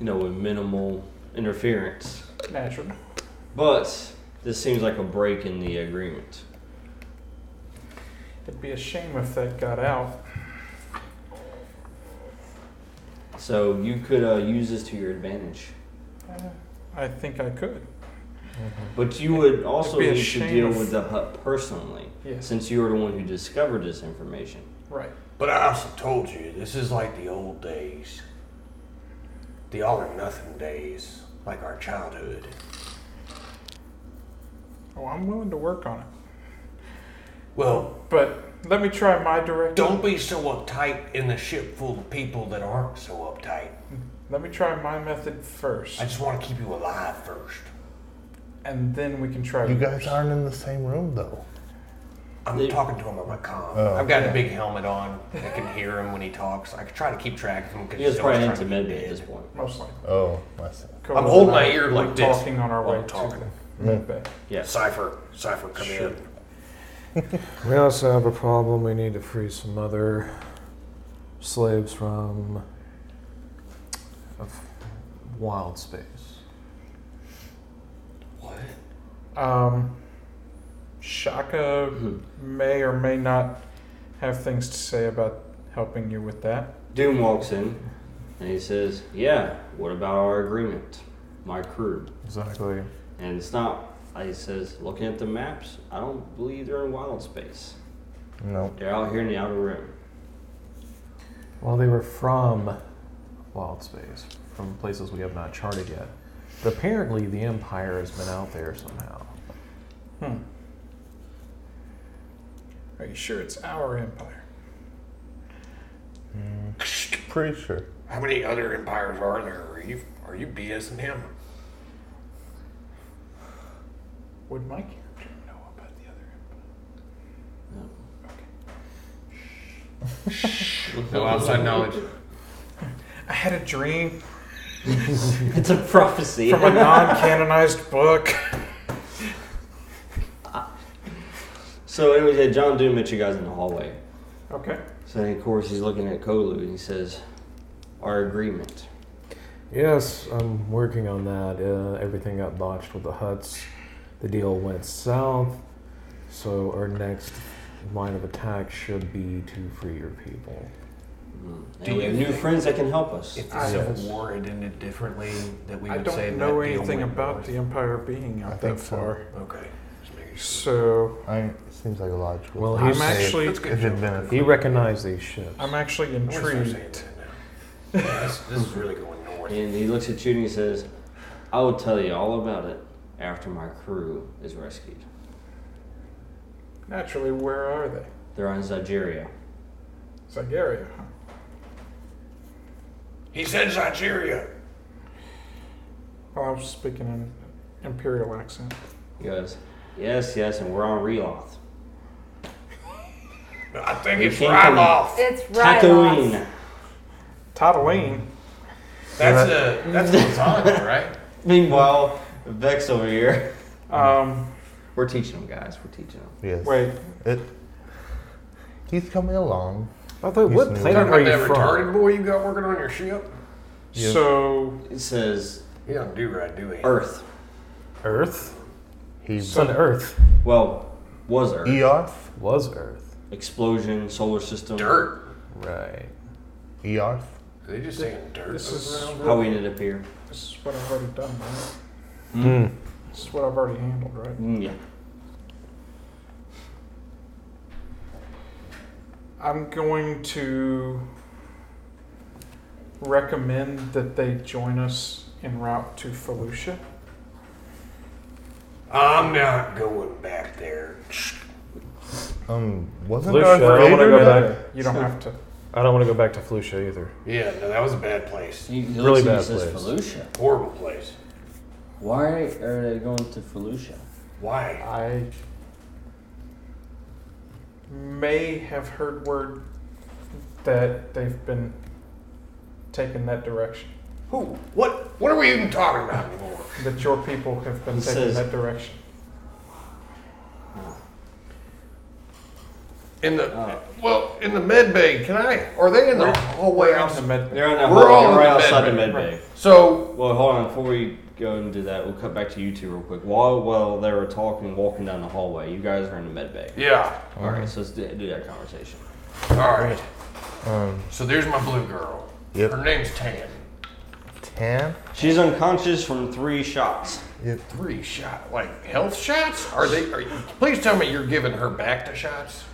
A: you know, with minimal interference.
B: Naturally.
A: But this seems like a break in the agreement.
B: It'd be a shame if that got out.
A: So you could uh, use this to your advantage.
B: Uh, I think I could.
A: But you would also
B: It'd be a
A: need to
B: shame
A: deal
B: if-
A: with the Hut personally,
B: Yes.
A: since you were the one who discovered this information.
B: Right.
C: But I also told you, this is like the old days. The all or nothing days, like our childhood.
B: Oh, I'm willing to work on it.
C: Well,
B: But let me try my direct.
C: don't be so uptight in the ship full of people that aren't so uptight.
B: Let me try my method first,
C: I just want to keep you alive first.
B: and then we can try.
E: You
B: yours.
E: guys aren't in the same room though.
C: I'm
A: They-
C: talking to him on my comm.
E: Oh.
C: I've got a big helmet on. I can hear him when he talks. I try to keep track of him
A: You guys
C: because
A: probably into medbay at this point.
B: Most likely.
E: Oh, I see.
B: Cool.
C: I'm holding my ear like
B: We're
C: this
B: Talking on our
C: while
B: way
C: I'm talking.
B: to the bay.
A: Yes.
C: Cipher, Cipher, come
B: Sure.
C: in.
D: We also have a problem. We need to free some other slaves from a wild space.
B: Um, Shaka
C: Hmm.
B: may or may not have things to say about helping you with that.
A: Doom walks in and he says, Yeah, what about our agreement? My crew.
D: Exactly.
A: And it's not, he says, looking at the maps, I don't believe they're in wild space.
D: No.
A: They're out here in the outer rim.
D: Well, they were from wild space, from places we have not charted yet. But apparently, the Empire has been out there somehow.
B: Hmm. Are you sure it's our empire?
E: Pretty sure.
C: How many other empires are there? Are you are you BSing him?
B: Would my character know about the other empire?
C: No outside knowledge.
B: I had a dream
A: It's a prophecy.
B: from a non-canonized book.
A: so, anyways, yeah, John Doom met you guys in the hallway.
B: Okay.
A: So, of course, he's looking at Kolu and he says, Our agreement.
D: Yes, I'm working on that. Uh, everything got botched with the huts. The deal went south. So our next line of attack should be to free your people.
A: And
C: Do
A: we have
C: you
A: new
C: think-
A: friends that can help us.
C: If
B: I
C: the Civil
D: don't-
C: War had ended differently, that we
B: I
C: would say
B: don't know
C: that deal
B: anything
C: went
B: about
C: north.
B: the empire being
E: I
B: out that
E: think so.
B: far.
C: Okay. Just making
B: So
C: sure.
E: I mean, it seems like a logical.
D: Well,
E: thing to
D: he's-
E: say
B: I'm actually-
E: if it had been a-
D: He recognized these ships.
B: I'm actually
C: I wish they were saying
B: intrigued.
C: that now. Yeah, this, this is really going north.
A: And he looks at you and he says, I will tell you all about it after my crew is rescued.
B: Naturally, where are they?
A: They're on Zygeria.
B: Zygeria, huh?
C: He said Nigeria.
B: Well, I was speaking in imperial accent.
A: He goes, Yes, yes, and we're on Reloth.
C: I think
A: We
C: it's
A: came
C: right
A: from-
C: off.
F: It's right.
A: Tatooine.
B: Tatooine.
C: That's a that's Gonzaga, right?
A: Meanwhile, Vex over here.
B: Um,
A: We're teaching them, guys. We're teaching them.
E: Yes.
B: wait,
E: It, he's coming along.
D: I thought,
E: He's
D: what
E: new.
D: planet
C: Talking
D: are
C: about
D: you
C: that retarded
D: from?
C: boy you got working on your ship.
E: Yeah.
B: so
A: It says
C: He don't do right, do he?
A: Earth.
D: Earth?
E: He's
D: It's on Earth.
A: Well, was Earth.
E: Earth.
D: Was Earth.
A: Explosion, solar system.
C: dirt.
D: Right.
E: Earth.
C: Are they just saying dirt.
B: this
C: over
B: is-
C: around?
A: How we ended up here.
B: this is what I've already done, right?
D: Hmm.
B: This is what I've already handled, right?
A: Mm, yeah.
B: I'm going to recommend that they join us en route to Felucia.
C: I'm not going back there.
E: Um, wasn't
D: Lucia,
E: Darth
D: I
E: Vader?
D: don't want to
E: in-
D: go back.
B: You don't have to.
D: I don't want to go back to Flucia either.
C: Yeah, no, that was a bad place.
A: He he
D: Really
A: looks at
D: bad
A: me and says, Felucia.
C: Horrible place.
A: Why are they going to Felucia?
C: Why?
G: I
B: May have heard word that they've been taken that direction.
C: Who? What? What are we even talking about anymore?
B: That your people have been
A: He
B: taken
A: says-
B: that direction.
C: In the
A: Oh.
C: well, in the med bay. Can I? Are they in the hallway
B: Uh, We're in
C: out?
B: the med bay.
A: They're on that
C: We're
A: hallway
C: all in
A: right
C: the
A: outside the
C: med
A: med bay.
C: So
A: Well, hold on. Before we go and do that, we'll cut back to you two real quick. While while they were talking, walking down the hallway, you guys are in the med bay.
C: yeah.
A: All right, so let's do, do that conversation.
C: All right.
E: Um,
C: So there's my blue girl.
E: Yep.
C: Her name's Tan.
E: tan.
A: She's unconscious from three shots.
E: Yep.
C: Three shot, like health shots? Are they? Are you, please tell me you're giving her back to shots.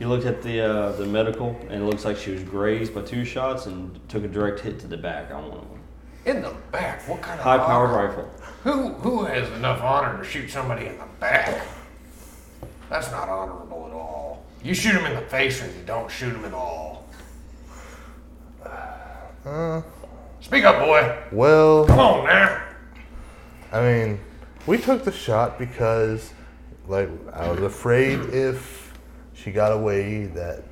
A: You looked at the uh, the medical, and it looks like she was grazed by two shots and took a direct hit to the back on one of them.
C: In the back. What kind of
A: High powered
C: honor?
A: rifle.
C: Who who has enough honor to shoot somebody in the back? That's not honorable at all. You shoot him in the face, or you don't shoot him at all. Speak up, boy.
E: Well,
C: Come on now.
E: I mean, we took the shot because, like, I was afraid if she got away that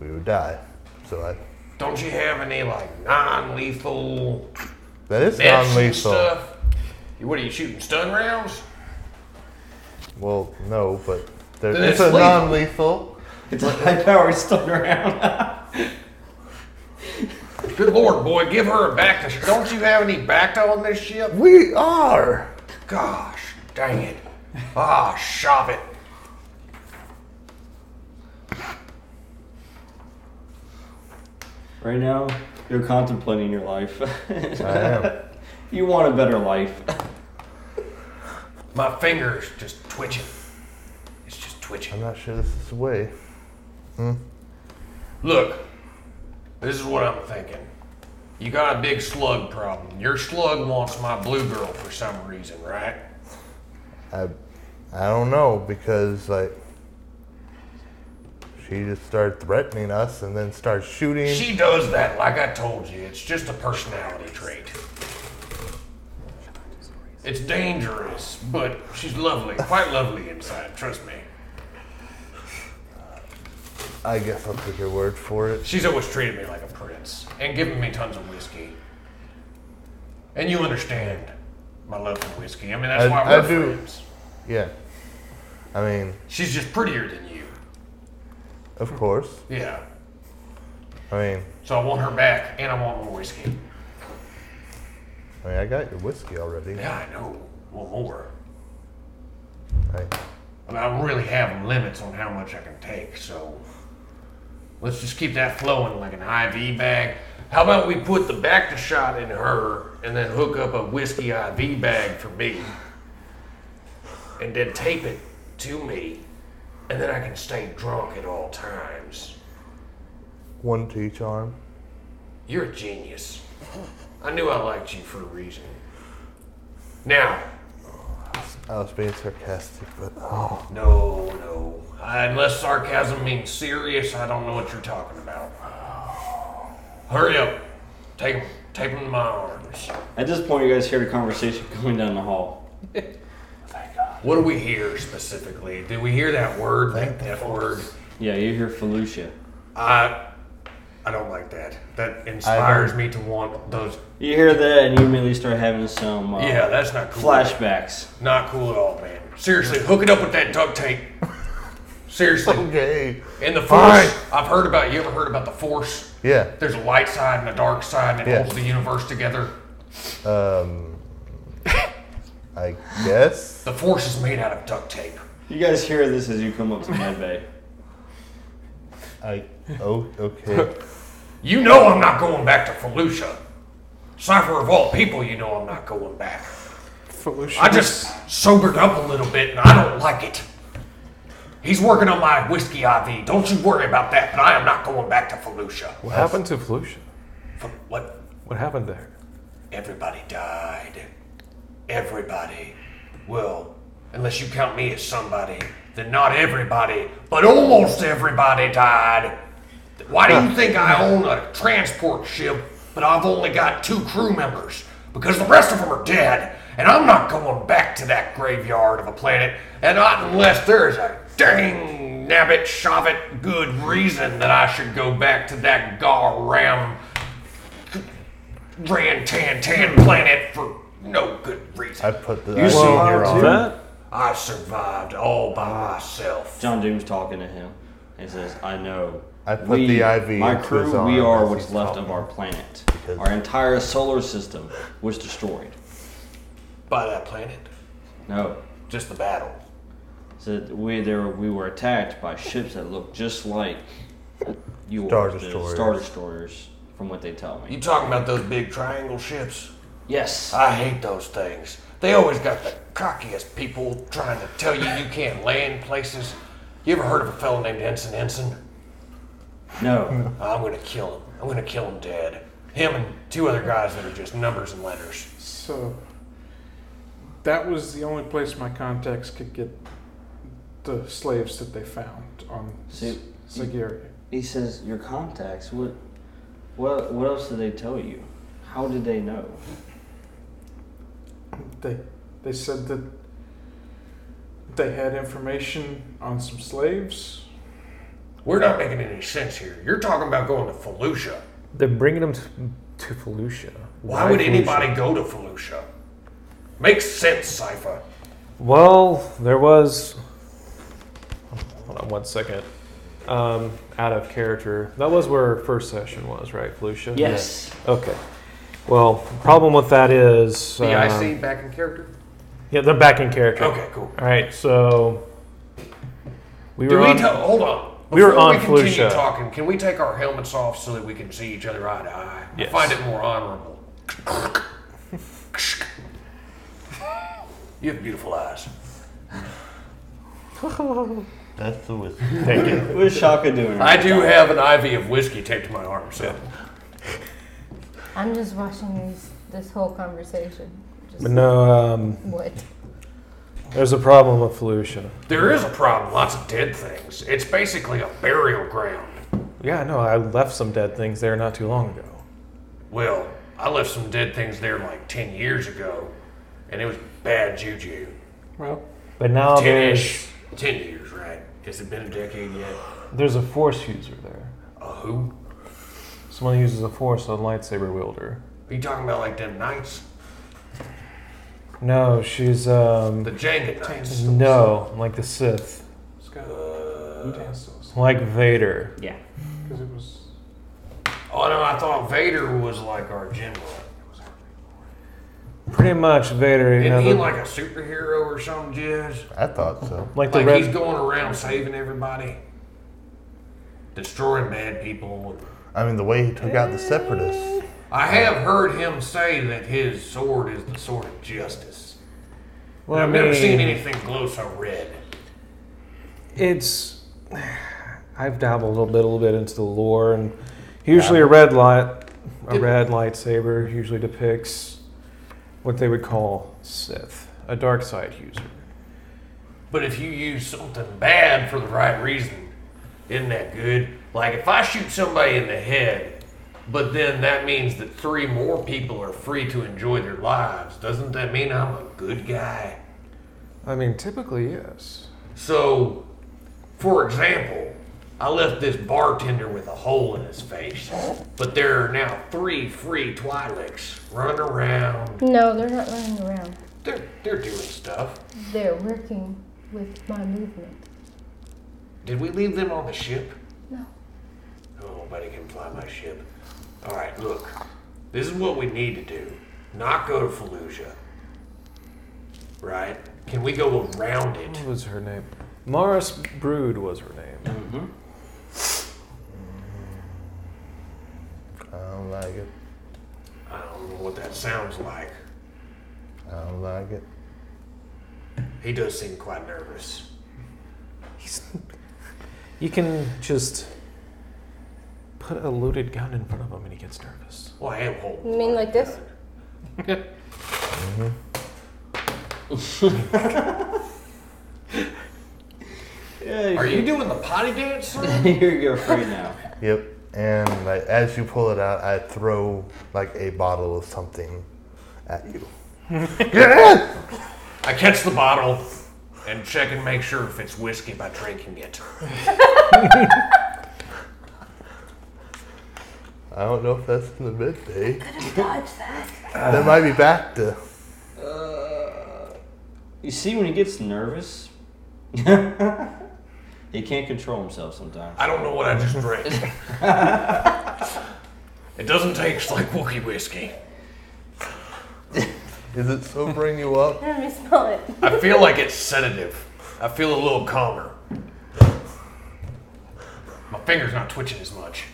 E: we would die. So I.
C: Don't you have any like non-lethal
E: That is
C: meds and
E: non-lethal.
C: stuff? You- What are you shooting? Stun rounds?
E: Well, no, but They're,
C: Then
E: it's
C: it's
E: a
C: lethal.
E: non-lethal.
A: It's a high powered stung around.
C: Good lord, boy, give her a Bacta. Don't you have any Bacta on this ship?
E: We are.
C: Gosh, dang it. Ah, shove it.
A: right now, you're contemplating your life.
E: I am.
A: you want a better life.
C: My finger's just twitching. It's just twitching.
E: I'm not sure this is the way.
C: Look, this is what I'm thinking. You got a big slug problem. Your slug wants my blue girl for some reason, right?
E: I, I don't know because like she just started threatening us and then started shooting.
C: She does that, like I told you. It's just a personality trait. It's dangerous, but she's lovely, quite lovely inside, trust me.
E: I guess I'll take your word for it.
C: She's always treated me like a prince and given me tons of whiskey. And you understand my love for whiskey. I mean, that's
E: I-
C: why
E: I
C: we're
E: do.
C: friends.
E: Yeah. I mean,
C: She's just prettier than you.
E: of course.
C: Yeah.
E: I mean,
C: So I want her back and I want more whiskey.
E: I mean, I got your whiskey already.
C: Yeah, I know. Want more.
E: I,
C: But I really have limits on how much I can take, so let's just keep that flowing like an IV bag. How about we put the back to shot in her and then hook up a whiskey IV bag for me? And then tape it to me, and then I can stay drunk at all times.
E: one to each arm.
C: You're a genius. I knew I liked you for a reason. Now,
E: I was being sarcastic, but oh,
C: No, no. Uh, Unless sarcasm means serious, I don't know what you're talking about. Hurry up. Take him, tape him to my arms.
A: At this point, you guys hear a conversation going down the hall.
C: What do we hear specifically? Did we hear that word, that F word?
A: Yeah, you hear Felucia.
C: I, I don't like that. That inspires me to want those.
A: You hear that, and you immediately start having some uh,
C: Yeah, that's not cool.
A: flashbacks.
C: Not cool at all, man. Seriously, hook it up with that duct tape. Seriously.
E: okay.
C: And the
E: Fine.
C: force. I've heard about, you ever heard about the force?
E: Yeah.
C: There's a light side and a dark side, and it
E: Yeah.
C: holds the universe together.
E: Um, I guess.
C: The force is made out of duct tape.
A: You guys hear this as you come up to Med Bay.
E: I. Oh, okay.
C: You know I'm not going back to Felucia. Cipher of all people, you know I'm not going back.
B: Felucia.
C: I just sobered up a little bit and I don't like it. He's working on my whiskey IV. Don't you worry about that, but I am not going back to Felucia.
D: What happened to Felucia?
C: F- What?
D: What happened there?
C: Everybody died. Everybody. Well, unless you count me as somebody, then not everybody, but almost everybody died. Why do you think I own a transport ship, but I've only got two crew members? Because the rest of them are dead, and I'm not going back to that graveyard of a planet, and not unless there's a dang nabbit shovit good reason that I should go back to that gar ram ran tan tan planet for no good reason.
E: I put the.
A: You
E: I
A: see
E: seen
A: her
E: your
A: too?
E: arm.
D: That?
C: I survived all by myself.
A: John Doom's talking to him. He says, I know.
E: I put the IV
A: My
E: into
A: crew,
E: his
A: we
E: arm
A: are
E: as
A: what's
E: he's
A: left of
E: talking.
A: our planet. Our entire solar system was destroyed.
C: By that planet.
A: No.
C: Just the battle.
A: Said we there we were attacked by ships that looked just like you
E: Star
A: the
E: destroyers.
A: Star destroyers, from what they tell me.
C: You talking about those big triangle ships?
A: Yes.
C: I hate those things. They always got the cockiest people trying to tell you you can't land places. You ever heard of a fellow named Ensign Ensign?
A: No.
C: I'm gonna kill him. I'm gonna kill him dead. Him and two other guys that are just numbers and letters.
B: So that was the only place my contacts could get the slaves that they found on
A: So-
B: Sagaria.
A: He says, Your contacts, what what what else did they tell you? How did they know?
B: They they said that they had information on some slaves.
C: We're not making any sense here. You're talking about going to Felucia.
D: They're bringing them to, to Felucia.
C: Why would
D: Felucia?
C: anybody go to Felucia? Makes sense, Cypher.
D: Well, there was one second. Um, out of character. That was where our first session was, right, Felicia?
G: Yes.
D: Okay. Well, problem with that is
G: The I
D: um,
G: see back in character.
D: Yeah, they're back in character.
C: Okay, cool.
D: All right, so we
C: Do
D: were
C: we
D: on.
C: ta- hold on?
D: we were
C: Before
D: on
C: continue
D: Felicia.
C: talking, can we take our helmets off so that we can see each other eye to eye?
D: Yes.
C: I find it more honorable. you have beautiful eyes.
E: That's the whiskey.
D: Thank you.
A: What is Shaka doing?
C: I do have an IV of whiskey taped to my arm, so
F: I'm just watching these, this whole conversation. Just
D: But no, um,
F: What?
D: there's a problem with Felucia.
C: there is a problem. Lots of dead things. It's basically a burial ground.
D: Yeah, no, I left some dead things there not too long ago.
C: Well, I left some dead things there like ten years ago, and it was bad juju.
B: Well,
D: But now
C: Ten-ish,
D: there's
C: ten years, right? Has it been a decade yet?
D: there's a force user there.
C: A who?
D: Someone who uses a force on lightsaber wielder.
C: Are you talking about like them knights?
D: No, she's um
C: The Jenga knights.
D: no, like the Sith,
B: Scott,
C: Uh,
D: like Vader.
G: Yeah.
B: because it was
C: oh no, I thought Vader was like our general.
D: Pretty much Vader, you know,
C: Isn't he
D: the-
C: like a superhero or something, Jizz?
E: I thought so.
D: like the
C: Like
D: red.
C: he's going around saving everybody, destroying bad people.
E: I mean, the way he took out the separatists.
C: I have heard him say that his sword is the sword of justice.
D: well, I
C: I've never seen
D: mean,
C: anything glow so red.
D: It's I've dabbled a little bit into the lore, and usually a red light, a red lightsaber usually depicts what they would call Sith, a dark side user.
C: But if you use something bad for the right reason, isn't that good? Like if I shoot somebody in the head, but then that means that three more people are free to enjoy their lives, doesn't that mean I'm a good guy?
D: I mean, typically yes.
C: So, for example, I left this bartender with a hole in his face, but there are now three free Twi'leks running around.
F: No, they're not running around.
C: They're, they're doing stuff.
F: They're working with my movement.
C: Did we leave them on the ship?
F: No.
C: Oh, nobody can fly my ship. All right, look. This is what we need to do. Not go to Fallujah. Right? Can we go around it?
D: What was her name? Morris Brood was her name.
E: I don't like it.
C: I don't know what that sounds like.
E: I don't like it.
C: He does seem quite nervous.
D: He's, you can just put a loaded gun in front of him, and he gets nervous.
C: Well, I am holding.
F: You mean like this?
A: Yeah,
C: Are you doing the potty dance, sir?
A: Here you go, free now.
E: Yep. And like as you pull it out, I throw like a bottle of something at you. yeah!
C: I catch the bottle and check and make sure if it's whiskey by drinking it.
E: I don't know if that's in the midday.
F: Dodge that.
E: that might be back to.
A: You see, when he gets nervous, he can't control himself sometimes.
C: I don't know what I just drank. it doesn't taste like Wookiee whiskey.
E: Is it sobering you up?
F: Let me smell it.
C: I feel like it's sedative. I feel a little calmer. My finger's not twitching as much.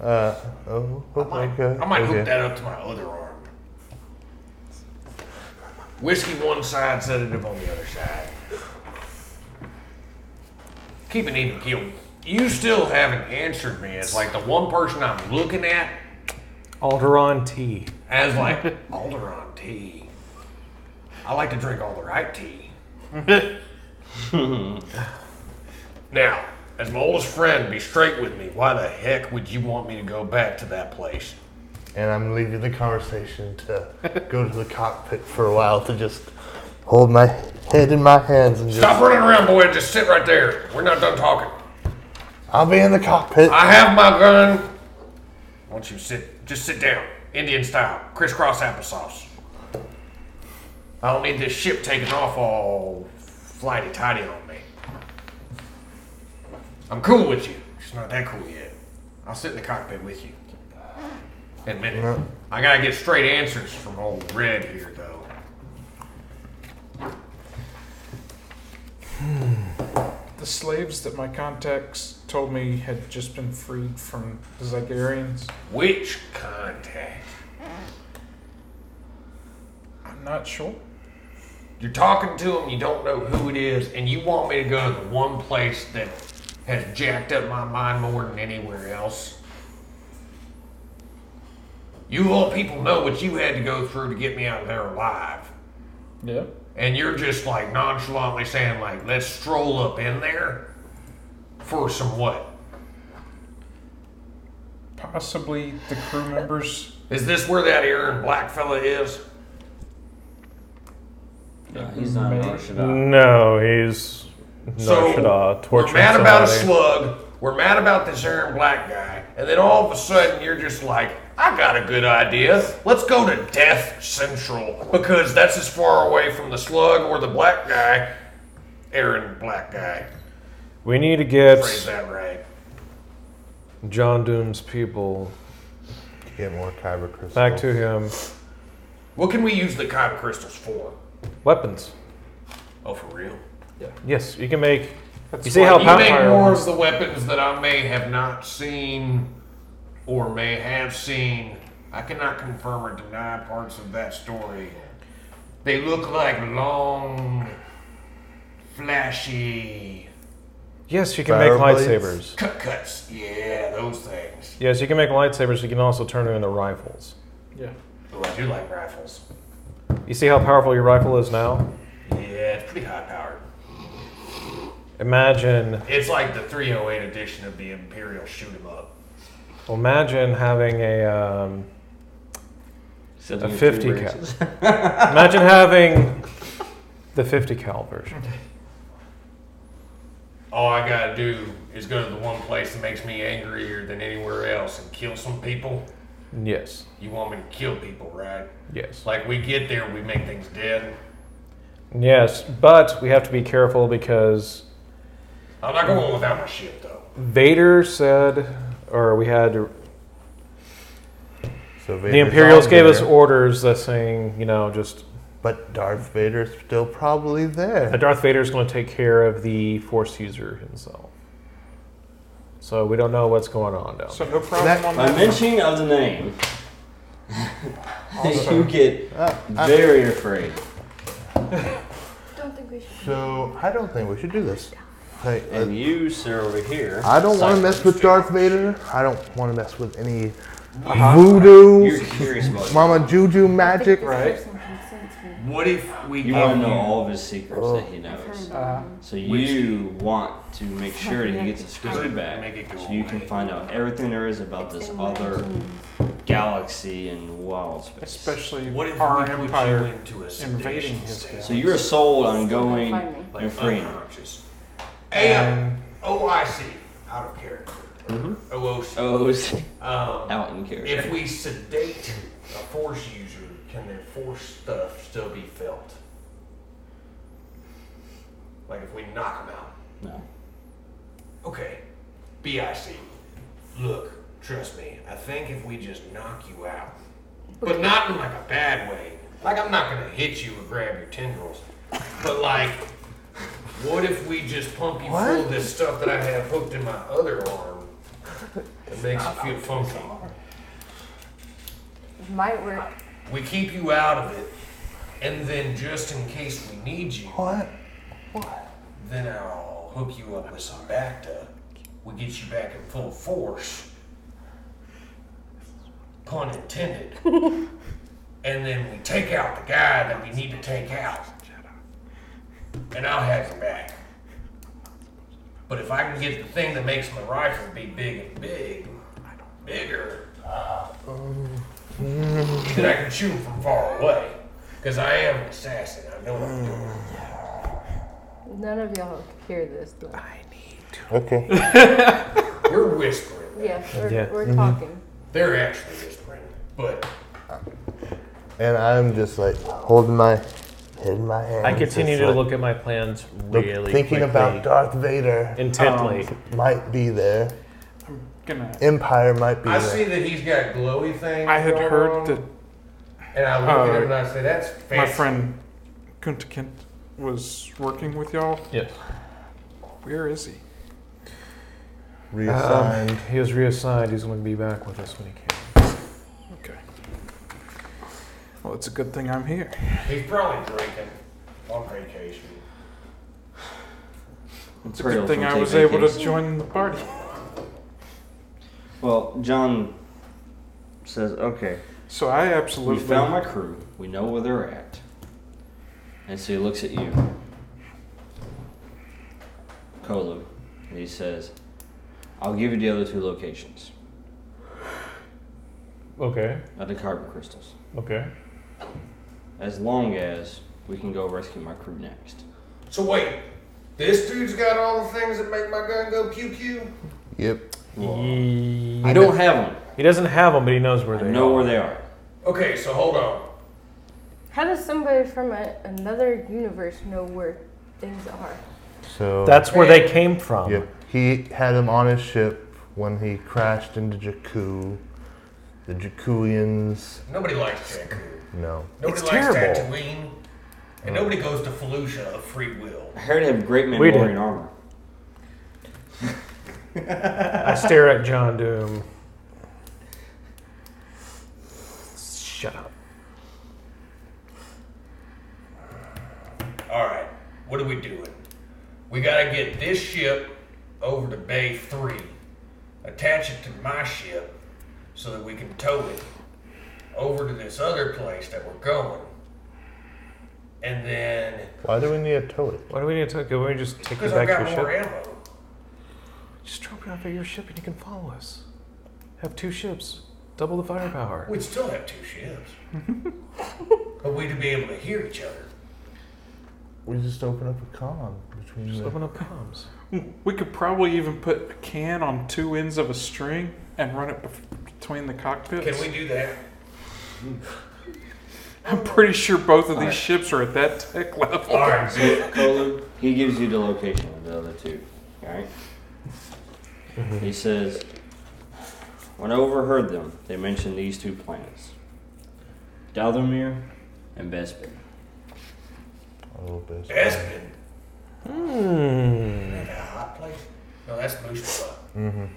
E: Uh, oh,
C: I might,
E: okay.
C: I might
E: okay.
C: hook that up to my other arm. Whiskey one side, sedative on the other side. Keep an even keel. You still haven't answered me. It's like the one person I'm looking at
D: Alderon T.
C: as like Alderon tea. I like to drink all the right tea. now, as my oldest friend, be straight with me. Why the heck would you want me to go back to that place?
E: And I'm leaving the conversation to go to the cockpit for a while to just hold my head in my hands and just.
C: Stop running around, boy. Just sit right there. We're not done talking.
E: I'll be in the cockpit.
C: I have my gun. Why don't you sit? Just sit down, Indian style, crisscross applesauce. I don't need this ship taking off all flighty tighty on me. I'm cool with you. Just not that cool yet. I'll sit in the cockpit with you. In a minute. I gotta get straight answers from old Red here, though.
B: The slaves that my contacts told me had just been freed from the Zygarians.
C: Which contact?
B: I'm not sure.
C: You're talking to him, you don't know who it is, and you want me to go to the one place that has jacked up my mind more than anywhere else. You all people know what you had to go through to get me out of there alive.
B: Yeah.
C: and you're just like nonchalantly saying like let's stroll up in there for some what
B: Possibly the crew members.
C: is this where that Aaron black fella is
A: No, he's not in
B: Maybe.
C: Mm,
A: Arshada.
D: No, he's
C: So,
D: Narshada
C: we're
D: torturing
C: mad about a
D: somebody.
C: slug we're mad about this Aaron black guy and then all of a sudden you're just like I got a good idea let's go to Death Central because that's as far away from the slug or the black guy Aaron black guy
D: We need to
C: phrase
D: get
C: that right
D: John Doom's people
E: Get more kyber crystals.
D: back to him.
C: what can we use the kyber crystals for
D: Weapons.
C: oh for real
D: Yes, you can make. you
B: That's
D: see
B: why
D: how
C: You make
D: Pathfinder-
C: more of the weapons that I may have not seen or may have seen. I cannot confirm or deny parts of that story. They look like long, flashy
D: Yes, you can
E: Fire
D: make
E: blades?
D: lightsabers.
C: cut cuts. Yeah, those things.
D: Yes, you can make lightsabers. You can also turn them into rifles.
B: Yeah.
C: Oh, I do like rifles.
D: You see how powerful your rifle is now?
C: Yeah, it's pretty high powered.
D: Imagine,
C: It's like the 308 edition of the Imperial shoot 'em up.
D: well, imagine having a, um,
A: Said
D: a
A: you had
D: 50
A: three
D: cal.
A: races.
D: Imagine having the 50 cal version.
C: all I gotta do is go to the one place that makes me angrier than anywhere else and kill some people.
D: Yes,
C: You want me to kill people, right?
D: yes,
C: Like we get there, we make things dead.
D: yes. But we have to be careful because
C: I'm not going without my shit though.
D: Vader said, or we had
E: So
D: the
E: Vader's
D: Imperials
E: on
D: gave us
E: there,
D: orders that saying, you know, just
E: But Darth Vader's still probably
D: that
E: there.
D: Darth Vader's going to take care of the Force user himself. So we don't know what's going on down.
B: So no problem
E: That-
B: on
A: By
B: that.
A: mentioning of the name, you get
E: Uh, I-
A: very afraid.
F: Don't think we should.
E: so I don't think we should do this. Like, uh,
A: And you, sir, over here.
E: I don't want to
A: Cypher,
E: mess with Darth Vader. I don't want to mess with any
A: You're
E: voodoo,
A: curious about
E: Mama Juju
F: I think
E: magic.
F: this
B: right?
F: person consensus me.
C: What if we
A: You
C: give
A: want to know
C: you-
A: all of his secrets that he knows.
B: Uh,
A: So you want to make sure that he gets his
C: Does it
A: crew back,
C: make it go
A: so you can
C: away?
A: find out everything there is about this other galaxy and wild space.
B: especially
C: What if
B: our
C: we put you
B: empire
C: into a
B: invading
C: sedation
B: his
C: state,
A: So you're sold on going
F: Find me.
A: and
C: like
A: freeing.
C: unconscious? AM. Oh, I see. Out of character.
B: Mm-hmm.
C: OOC.
A: Oh,
C: Um,
A: out in character.
C: if we sedate a force user, can their force stuff still be felt? Like if we knock them out.
A: No.
C: Okay, BIC. Look, trust me, I think if we just knock you out, but not in like a bad way, like I'm not gonna hit you or grab your tendrils, but like, what if we just pump you full of this stuff that I have hooked in my other arm that makes you feel funky?
F: It might work.
C: We keep you out of it, and then just in case we need you,
E: What?
C: Then I'll hook you up with some Bacta. We get you back in full force. Pun intended. and then we take out the guy that we need to take out. And I'll have you back. But if I can get the thing that makes my rifle be big and big, bigger, then I can shoot from far away. Because I am an assassin. I know what I'm doing.
F: None of y'all hear this. Though.
E: Okay.
C: We're whispering.
F: Yeah, we're,
D: Yeah.
F: we're talking.
C: They're actually whispering, but
E: And I'm just like holding my in my hands.
H: I continue
E: It's
H: to
E: like
H: look at my plans
E: the-
H: really
E: thinking
H: quickly,
E: about Um, Darth Vader
H: intently.
E: might be there.
B: Gonna,
E: Empire might be
C: I
E: there.
C: see that he's got glowy things.
B: I had
C: going
B: heard
C: on,
B: that
C: and I look at
B: uh,
C: him and I say, "That's fancy."
B: my friend Kuntakint was working with y'all.
H: yes.
B: Where is he?
A: Um,
E: Reassigned.
D: Uh, he was reassigned. He's going to be back with us when he can.
B: Okay. Well, it's a good thing I'm here.
C: He's probably drinking on vacation.
B: It's a good thing I was able to join the party.
A: Well, John says, okay,
B: So I
A: we
B: absolutely
A: found my crew. We know where they're at. And so he looks at you, Kolu, and he says, I'll give you the other two locations
H: Okay.
A: of the carbon crystals
H: Okay.
A: as long as we can go rescue my crew next.
C: So wait, this dude's got all the things that make my gun go pew pew.
E: Yep.
H: He,
A: I don't have them.
H: he doesn't have them, but he knows where
A: I
H: they
A: know
H: are.
A: where they are.
C: Okay, so hold on.
F: How does somebody from a, another universe know where things are?
E: So um,
H: That's where they came from.
E: Yep. He had him on his ship when he crashed into Jakku. The Jakkuians,
C: Nobody likes Jakku.
E: no.
C: Nobody
H: It's
C: likes
H: terrible.
C: Tatooine. And nobody goes to Fallujah of free will.
A: I heard they have great
H: We did.
A: Mandalorian armor.
H: I stare at John Doom. Shut up.
C: All right, what are we doing? We gotta get this ship over to Bay 3, attach it to my ship so that we can tow it over to this other place that we're going. And then,
E: Why do we need a tow it?
H: Why do we need to take? Can we just take you
C: because I've
H: back to
C: got
H: your ship?
C: more ammo.
H: Just drop it off at your ship and you can follow us. Have two ships, double the firepower.
C: We'd still have two ships. but we'd be able to hear each other.
E: We just open up a con between
H: Just
E: the-
H: open up comms.
B: We could probably even put a can on two ends of a string and run it bef- between the cockpits.
C: Can we do that?
B: I'm pretty sure both of these
A: Alright.
B: ships are at that tech level.
C: All right, so
A: Kolu, he gives you the location of the other two. Alright?
H: Mm-hmm.
A: He says, When I overheard them, they mentioned these two planets Daldomir and Bespin.
E: a little bit.
C: Bespin.
H: Hmm.
C: Is that a hot place? No, that's Mustafa. Mm-hmm.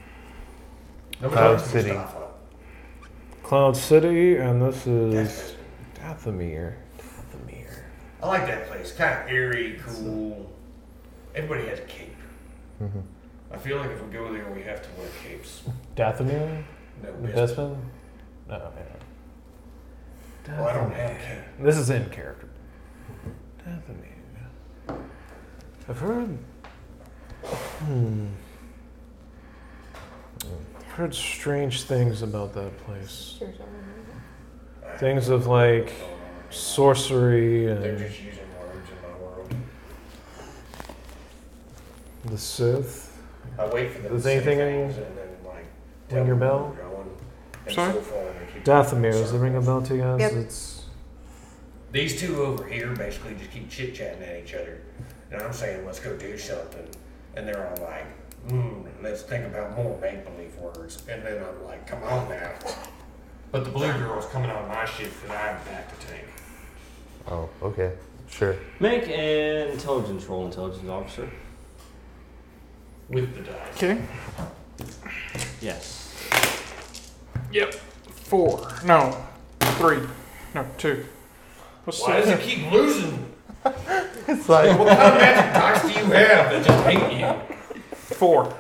E: Cloud City.
D: Cloud City, and this is
C: That's Bespin.
D: Dathomir. Dathomir.
C: I like that place. Kind of eerie, cool. Everybody has a cape.
D: Mm-hmm.
C: I feel like if we go there, we have to wear capes.
H: Dathomir?
C: No,
H: The
C: Bespin.
H: best one? No, yeah.
C: Well, I don't have a cape.
H: This is in character. Dathomir. I've heard. Hmm. I've heard strange things about that place.
F: Sure, someone knows.
D: Things of like sorcery
C: They're
D: and
C: just using words in my world.
D: the Sith.
C: I wait for them
D: Does
C: to say
D: anything
C: things and then like tell
D: ring your
C: me where
D: bell?
C: we're going. And
B: Sorry?
C: so far, they keep-
D: Dathomir, does the ring a bell to you guys?
F: Yep.
D: It's
C: These two over here basically just keep chit chatting at each other. And I'm saying, let's go do something. And they're all like, mm, let's think about more make believe words. And then I'm like, come on now. But the blue girl's coming on my ship because I have back to take.
E: Oh, okay. Sure.
A: Make an intelligence roll, intelligence officer.
C: With the dice.
B: Okay.
A: Yes.
B: Yep. Four. No. Three. No, two. What's
C: Why does
B: that?
C: it keep losing?
E: It's like
C: What kind of magic dice do you have that just hate you?
B: Four.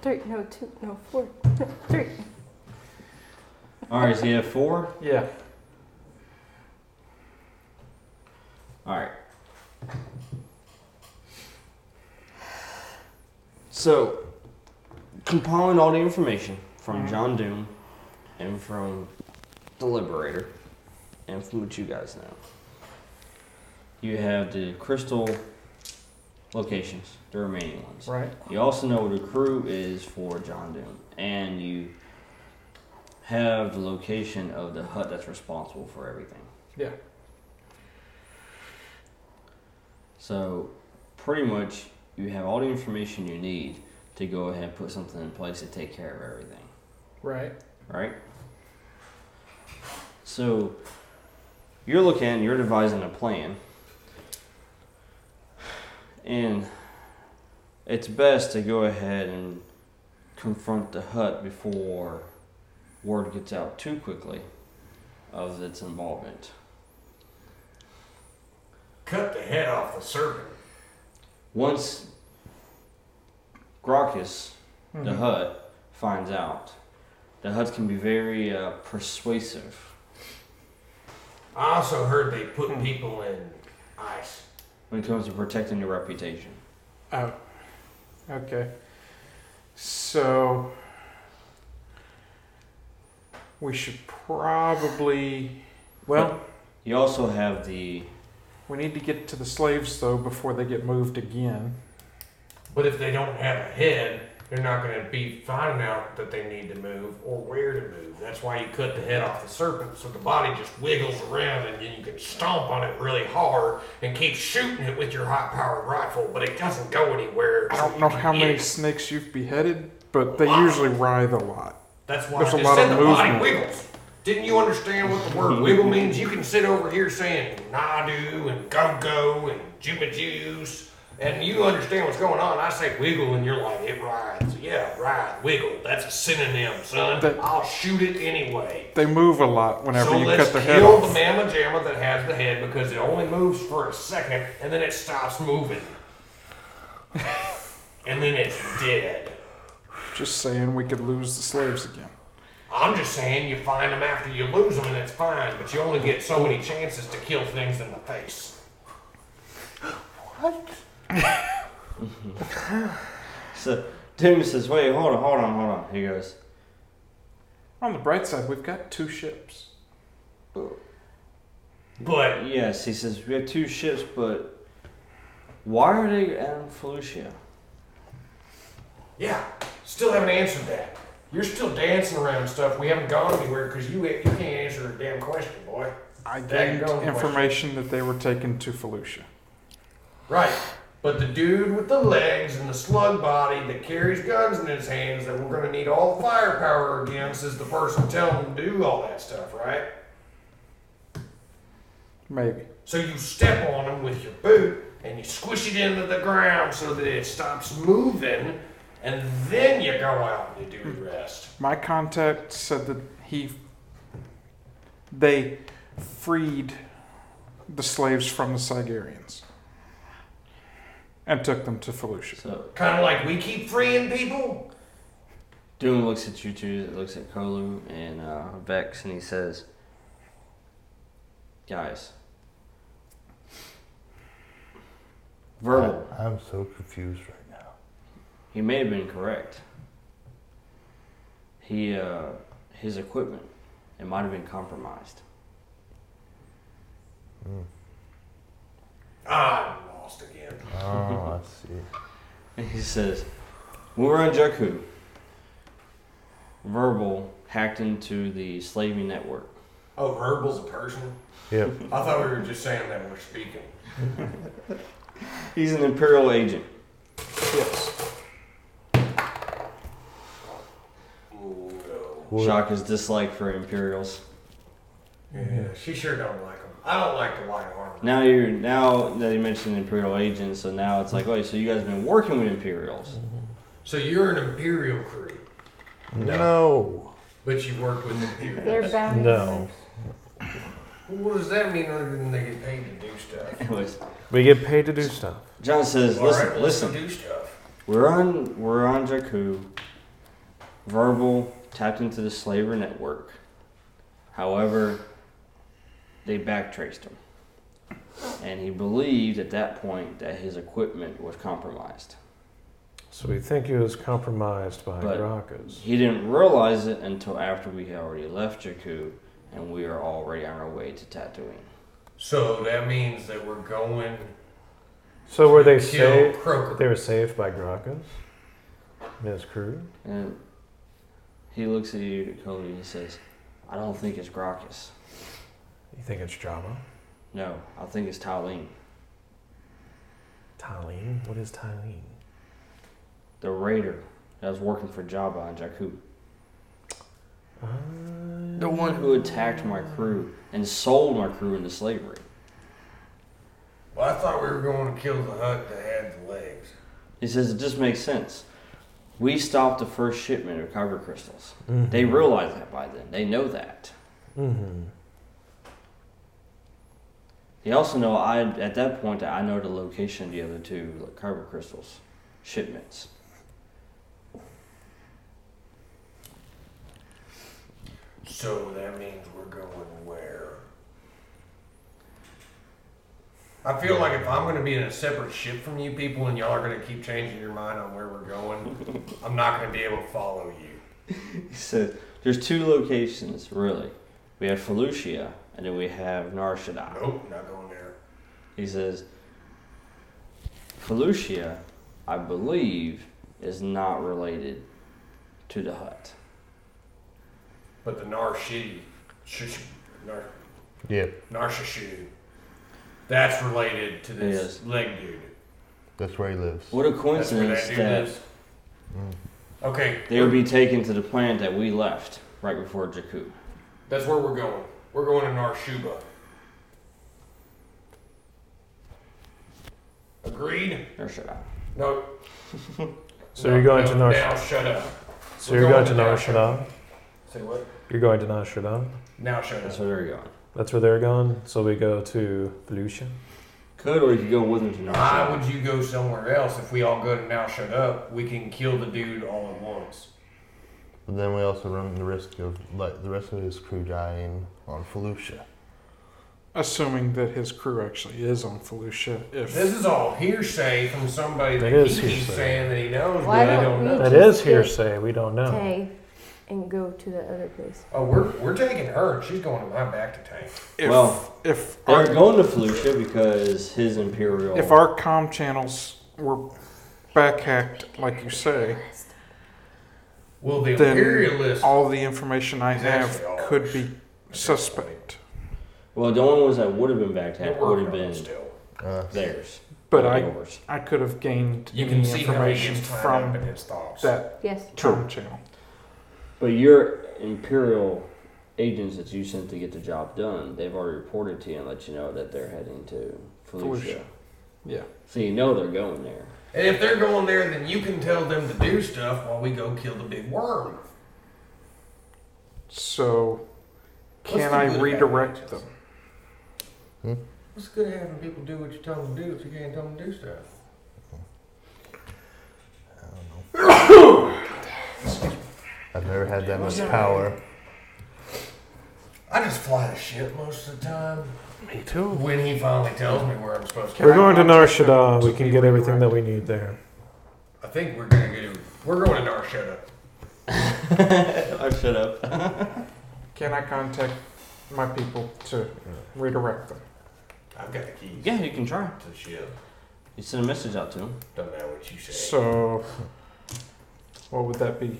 F: Three, no, two, no, four, three.
A: Alright, so you have four?
G: Yeah.
A: All right. So, compiling all the information from John Doom and from the Liberator and from what you guys know, you have the crystal locations, the remaining ones.
B: Right.
A: You also know what a crew is for John Doom, and you have the location of the hut that's responsible for everything.
B: Yeah.
A: So, pretty much, you have all the information you need to go ahead and put something in place to take care of everything,
B: Right.
A: right? So, you're looking, you're devising a plan, and it's best to go ahead and confront the hut before word gets out too quickly of its involvement.
C: Cut the head off the serpent.
A: Once Gracchus, the
B: Mhm.
A: hut, finds out, the huts can be very uh, persuasive.
C: I also heard they put people in ice.
A: when it comes to protecting your reputation.
B: Oh. Okay. So we should probably well,
A: You also have the
B: we need to get to the slaves though before they get moved again.
C: But if they don't have a head, they're not going to be finding out that they need to move or where to move. That's why you cut the head off the serpent so the body just wiggles around and then you can stomp on it really hard and keep shooting it with your high powered rifle, but it doesn't go anywhere.
B: I
C: so
B: don't
C: you
B: know
C: can
B: how
C: eat
B: many
C: it.
B: snakes you've beheaded, but they usually writhe a lot.
C: That's why
B: there's
C: I
B: a
C: just
B: lot
C: said
B: of
C: the
B: movement.
C: body wiggles. Didn't you understand what the word wiggle means? You can sit over here saying Nadu and Go Go and Juba Juice, and you understand what's going on. I say wiggle, and you're like, it rides. Yeah, ride, wiggle. That's a synonym, son.
B: But-
C: I'll shoot it anyway.
B: They move a lot whenever
C: so
B: you
C: let's
B: cut their head
C: kill
B: off.
C: the mamma jamma that has the head because it only moves for a second, and then it stops moving. and then it's dead.
B: Just saying we could lose the slaves again.
C: I'm just saying you find them after you lose them, and it's fine. But you only get so many chances to kill things in the face.
A: so Tim says, "Wait, hold on, hold on, hold on." He goes,
B: On the bright side, we've got two ships.
C: But
A: "Yes." He says, "We have two ships, but why are they in Felucia?"
C: yeah, still haven't answered that. You're still dancing around stuff. We haven't gone anywhere because you you can't answer a damn question, boy.
B: I
C: There you
B: gained
C: go, question.
B: information that they were taken to Felucia.
C: Right. But the dude with the legs and the slug body that carries guns in his hands that we're gonna need all the firepower against is the person telling him to do all that stuff, right?
B: Maybe.
C: So you step on them with your boot and you squish it into the ground so that it stops moving, and then you go out and you do the rest.
B: My contact said that he. They freed the slaves from the Sigarians and took them to Felucia.
A: So
C: Kind of like we keep freeing people.
A: Doom looks at you two, looks at Kolu and uh, Vex, and he says, "Guys, verbal.
E: I- I'm so confused right now.
A: He may have been correct. He uh, his equipment, it might have been compromised."
C: I'm lost again.
E: Oh, I see.
A: And he says, "We were on Jakku. Verbal hacked into the slaving network.
C: Oh, verbal's a person.
E: Yep.
C: I thought we were just saying that we're speaking.
A: He's an Imperial agent.
B: Yes.
C: Ooh, no.
E: What?
A: Shock is dislike for Imperials.
C: Yeah, she sure don't like them. I don't like the white armor.
A: Now you're now that you mentioned Imperial agents, so now it's like, wait, so you guys have been working with Imperials?
C: So you're an imperial crew,
E: No.
C: but you work with imperial.
F: They're bounty
D: No.
F: hunters.
C: what does that mean other than they get paid to do stuff?
A: Anyways,
D: We get paid to do stuff.
A: John says,
C: All
A: listen,
C: right, let's
A: listen.
C: Do stuff.
A: We're on we're on Jakku. Verbal tapped into the slaver network. However, they backtraced him. And he believed at that point that his equipment was compromised.
D: So we think he was compromised by
A: But-
D: Gracchus.
A: He didn't realize it until after we had already left Jakku and we are already on our way to Tatooine.
C: So that means that we're going
D: So were they
C: kill
D: saved?
C: Croker.
D: They were saved by Gracchus and his crew.
A: And He looks at you, Cody, and he says, I don't think it's Gracchus.
D: You think it's Java?
A: No, I think it's Tylene.
D: Tylene? What is Tylene?
A: The raider that was working for Jabba on Jakku.
D: Uh,
A: The one who attacked my crew and sold my crew into slavery.
C: Well, I thought we were going to kill the hut that had the legs.
A: He says it just makes sense. We stopped the first shipment of kyber crystals. They realize that by then. They know that.
D: Mm-hmm.
A: They also know I at that point that I know the location of the other two like, kyber crystals shipments.
C: So that means we're going where? I feel like if I'm going to be in a separate ship from you people and y'all are going to keep changing your mind on where we're going, I'm not going to be able to follow you.
A: He says there's two locations really. We have Felucia and then we have Nar Shaddaa.
C: Nope, not going there.
A: He says, Felucia, I believe, is not related to the hut.
C: But the Narshi, shush, nar,
E: Yeah,
C: Narshashu, that's related to this
A: Yes.
C: leg dude.
E: that's where he lives. Mm.
A: What a
C: That's where that
A: coincidence
C: dude
A: that
C: is. Okay,
A: they would be taken to the planet that we left right before Jakku.
C: that's where we're going. We're going to Narshuba. Agreed?
A: Or should I?
C: No.
D: So you're going to Nar.
C: Now shut up.
D: So
C: We're
D: you're going, to Nar
C: Nar
D: Shaddaa.
C: Say what?
D: You're going to Nar Shaddaa.
C: Now shut
A: That's
C: up.
A: where they're going.
D: That's where they're going. So we go to Felucia.
A: Could or you could go with them to
C: Why
A: Narshada.
C: would you go somewhere else if we all go to now shut up? We can kill the dude all at once.
E: But then we also run the risk of like the rest of his crew dying on Felucia.
B: Assuming that his crew actually is on Felucia, if
C: This is all hearsay from somebody that,
D: That is
C: he keeps
D: hearsay.
C: saying that he knows,
F: Why
C: but I
F: don't
C: don't know.
F: we-
D: That is hearsay. We don't know.
F: Tay and go to the other place.
C: Oh, we're, we're taking her. She's going to my back to tank.
B: if
A: Well,
B: if
A: They're
B: our,
A: going to Felucia because his Imperial.
B: if our com channels were backhacked, like you say,
C: Well, the
B: Then
C: imperialist.
B: all the information I have
C: Exactly.
B: could be suspect.
A: well, the only ones that would have been back
C: They're
A: to would
C: working
A: have
C: on it
A: been
C: still.
E: Uh,
A: theirs.
B: But
A: not
B: I
A: yours.
B: I could have gained
C: You
B: any
C: can see how he
B: information
C: gets tied up in
B: from
C: his thoughts.
B: that
F: Yes.
B: com channel.
A: But your Imperial agents that you sent to get the job done, they've already reported to you and let you know that they're heading to Felicia.
B: Felicia. Yeah.
A: So you know they're going there.
C: and if they're going there, then you can tell them to do stuff while we go kill the big worm.
B: So
C: What's
B: can
C: the
B: I
C: good of
B: redirect
C: having
B: them?
D: Hmm?
C: What's good at having people do what you tell them to do if you can't tell them to do stuff?
E: I've never had that much power.
C: I just fly the ship most of the time.
D: Me too.
C: When he finally tells me where I'm supposed to
D: We're going to Nar Shaddaa. We can get everything that we need there.
C: I think we're gonna get. We're going to Nar shut up.
A: I shut up.
B: Can I contact my people to redirect them?
C: I've got the keys
A: Yeah, you can try.
C: to the ship.
A: You send a message out to him.
C: Don't matter what you say.
B: So what would that be?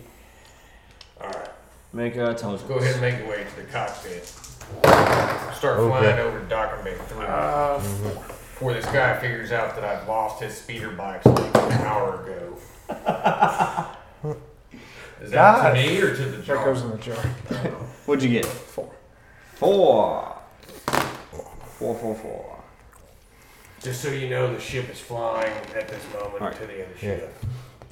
C: All right,
A: Make uh, a intelligence.
C: go ahead and make your way to the cockpit. Start
E: Okay.
C: flying over to Docking Bay Three
B: Uh,
C: before this guy figures out that I've lost his speeder bikes like an hour ago. Is that
E: Gosh.
C: to me or to the
B: that
C: jar?
B: goes in the jar.
A: What'd you get? Four. Four. Four, four, four.
C: Just so you know, the ship is flying at this moment
A: All right.
C: to the other
E: Yeah.
C: ship.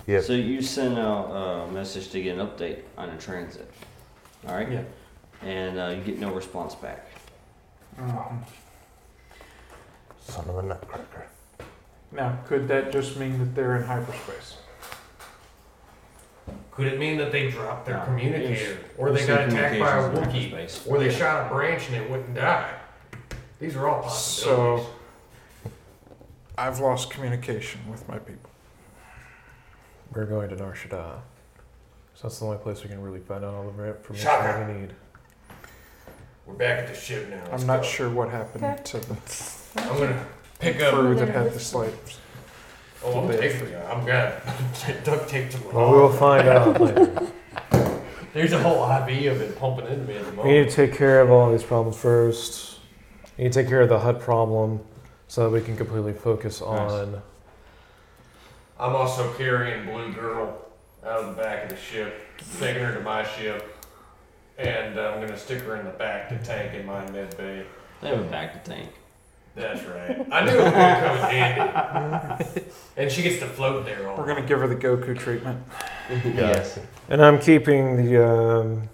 E: Yep.
A: So you send out a message to get an update on a transit. All right?
B: Yeah.
A: And uh, you get no response back.
B: Mhm.
E: Son of a nutcracker.
B: Now, could that just mean that they're in hyperspace?
C: Could it mean that they dropped their
A: No,
C: communicator,
A: it's-
C: or they
A: it's
C: got
A: in
C: attacked by a
A: communications in
C: Wookiee,
A: hyperspace.
C: or they shot a branch and it wouldn't die? These are all
B: So,
C: possibilities.
B: I've lost communication with my people.
D: We're going to Nar Shaddaa. So that's the only place we can really find out all the information
C: Shut
D: that
C: up.
D: we need.
C: We're back at the ship now. Let's
B: I'm not
C: go.
B: sure what happened
F: Okay.
B: to the
C: I'm gonna pick up.
B: crew that had the slaves.
C: Oh, I'm taking. I'm gonna duct tape to my.
D: Well, we will find out later.
G: There's a whole IV of it pumping into me at the
D: We
G: moment.
D: need to take care of all these problems first. We need to take care of the hut problem so that we can completely focus on.
C: I'm also carrying Blue Girl out of the back of the ship, taking her to my ship, and uh, I'm gonna stick her in the back to tank in my med bay.
A: They have a back to tank.
C: That's right. I knew it would come in handy. And she gets to float there all
B: We're gonna give her the Goku treatment.
E: Yes.
D: And I'm keeping the um,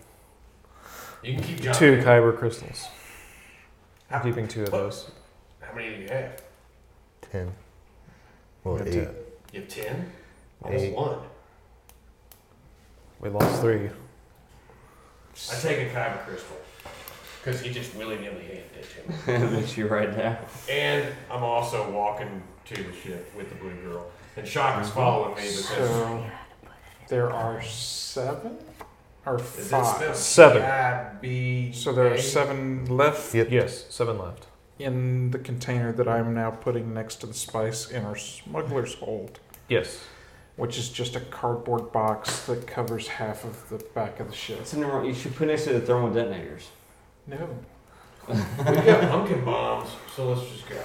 C: You can keep John.
D: two kyber crystals.
C: How,
D: I'm keeping two of those.
C: how many do you have?
E: Ten. Well,
D: That's
E: eight.
D: it.
C: You have ten? Almost
E: Eight.
C: one.
D: We lost three.
C: I take a kyber crystal. Because he just willy nilly handed it to me.
G: Makes you right now.
C: And I'm also walking to the ship with the blue girl. And Shock is following me because
B: So there are seven or
C: is it spelled
B: five.
D: Seven.
C: P-I-B-A?
B: So there are seven left
E: Yep.
D: Yes, seven left.
B: in the container that I'm now putting next to the spice in our smuggler's hold,
D: Yes.
B: which is just a cardboard box that covers half of the back of the ship.
A: That's in the wrong. You should put next to the thermal detonators.
B: No,
C: We got pumpkin bombs, so let's just go.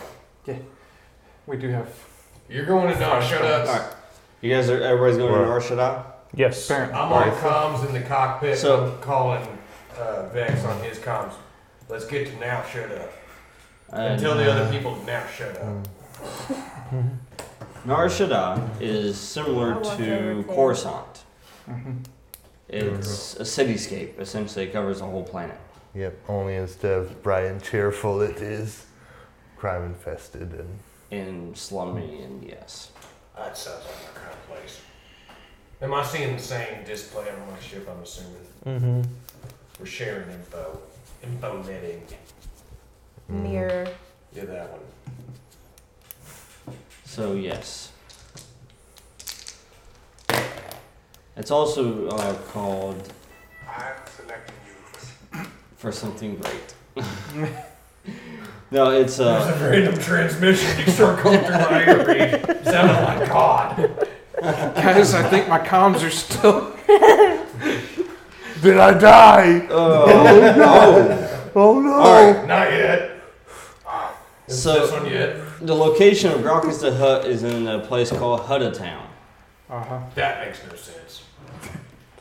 B: we do have
C: You're going to not shut up.
A: All right. You guys are everybody's going to
E: Well-
A: our shut up.
D: Yes.
B: apparently.
C: I'm on comms in the cockpit.
A: So-
C: I'm calling uh, Vex on his comms. Let's get to now shut up.
A: Uh,
C: And tell the other people to now shut up.
A: Nar Shaddaa is similar
F: I want
A: to
F: everything.
A: Coruscant.
C: Uh-huh.
B: Mhm.
A: It's a cityscape. Essentially, it covers the whole planet.
E: Yep. Only instead of bright and cheerful, it is crime infested and
A: In slummy and yes.
C: That sounds like my kind of place. Am I seeing the same display on my ship? I'm assuming
D: Mm-hmm.
C: we're sharing info, info netting.
F: Mirror.
C: Yeah, that one.
A: So yes. It's also uh, called
C: I'm selecting you.
A: for something great. no, it's uh.
C: There's a random transmission you start going through my ear read. Sounded like God.
B: Guys, I think my comms are still.
E: Did I die?
A: Oh no!
E: Oh no!
A: All right.
C: Not yet. Is this
A: So
C: one yet?
A: the location of Grockus the Hut is in a place called Hutta Town.
B: Uh huh.
C: That makes no sense.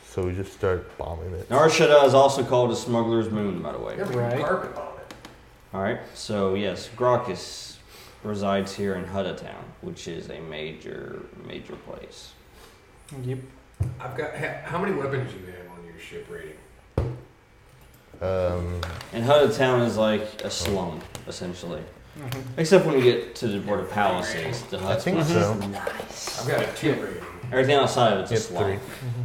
E: So we just start bombing it.
A: Narshada is also called a smuggler's moon, by the way.
C: Yeah, we can
B: Right.
C: carpet bomb it.
A: All right. So yes, Grockus resides here in Hutta Town, which is a major, major place.
B: Yep.
C: I've got. ha- How many weapons do you have on your ship rating?
E: Um,
A: And Hutta Town is like a slum, essentially.
B: Mm-hmm.
A: Except when you get to the border palaces, the
E: I
A: huts.
E: think so.
C: I've got a two rating,
A: Everything outside of it's a
E: It's
A: slum.
E: three.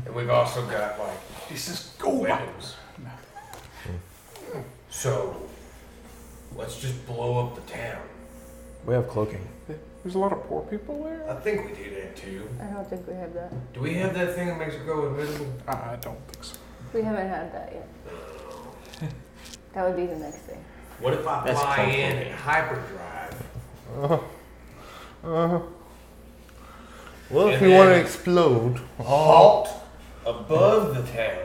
C: and we've also got like this is gold weapons. So let's just blow up the town.
D: We have cloaking.
B: There's a lot of poor people there.
C: I think we do that too.
F: I don't think we have that.
C: Do we have that thing that makes it go invisible?
B: I don't think so.
F: We haven't had that yet. That would be the next thing.
C: What if I
A: That's
C: fly
A: comforting.
C: in and hyperdrive?
E: Well, if
C: And
E: we want to
C: then-
E: explode,
C: halt above the town,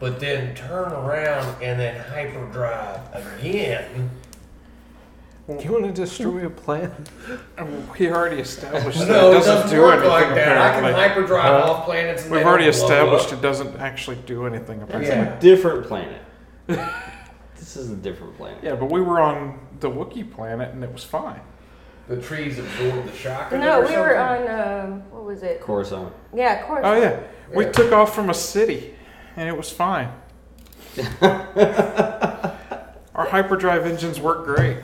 C: but then turn around and then hyperdrive again.
D: You want to destroy a plant?
B: And we already established that
C: No, it
B: doesn't,
C: doesn't
B: do
C: work
B: anything
C: like that.
B: apparently.
C: I can hyperdrive off planets. And
B: We've
C: they
B: already
C: don't blow
B: established
C: up.
B: it doesn't actually do anything apparently.
A: It's
C: Yeah.
A: a different planet. this is a different planet.
B: Yeah, but we were on the Wookiee planet and it was fine.
C: The trees absorb the shock. of it
F: No,
C: or
F: we were
C: something?
F: on, um, what was it?
A: Coruscant.
F: Yeah, of course.
B: Oh yeah, we
C: Yeah.
B: took off from a city, and it was fine. Our hyperdrive engines work great.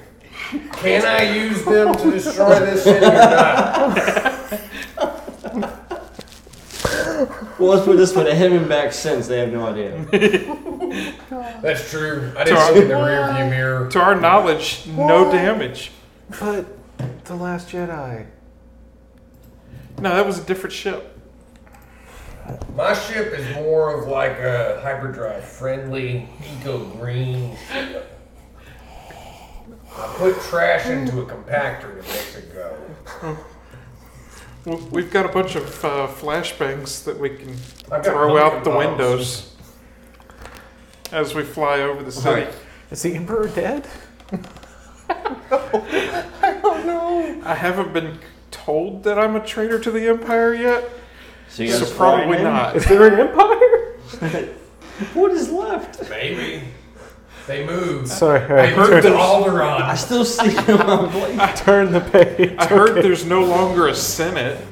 C: Can I use them to destroy this city or not?
A: Well, let's put it this way: they haven't been back since. They have no idea.
C: That's true. I didn't see in the rearview mirror.
B: To our knowledge, no damage.
D: But the Last Jedi.
B: No, that was a different ship.
C: My ship is more of like a hyperdrive friendly, eco green ship. I put trash into a compactor to make it go.
B: We- We've got a bunch of uh, flashbangs that we can
C: I've got
B: throw
C: pumpkin
B: out the
C: bombs.
B: windows. as we fly over the city.
D: Is the Emperor dead?
B: I haven't been told that I'm a traitor to the Empire yet,
A: So you guys
B: so probably
A: flying in?
B: not.
D: Is there an Empire?
A: What is left?
C: Maybe. They moved.
D: Sorry,
C: They
D: I
C: moved
D: turned,
C: to
A: I
C: Alderaan.
A: still see him on plate.
D: turned the page.
B: I heard there's no longer a Senate.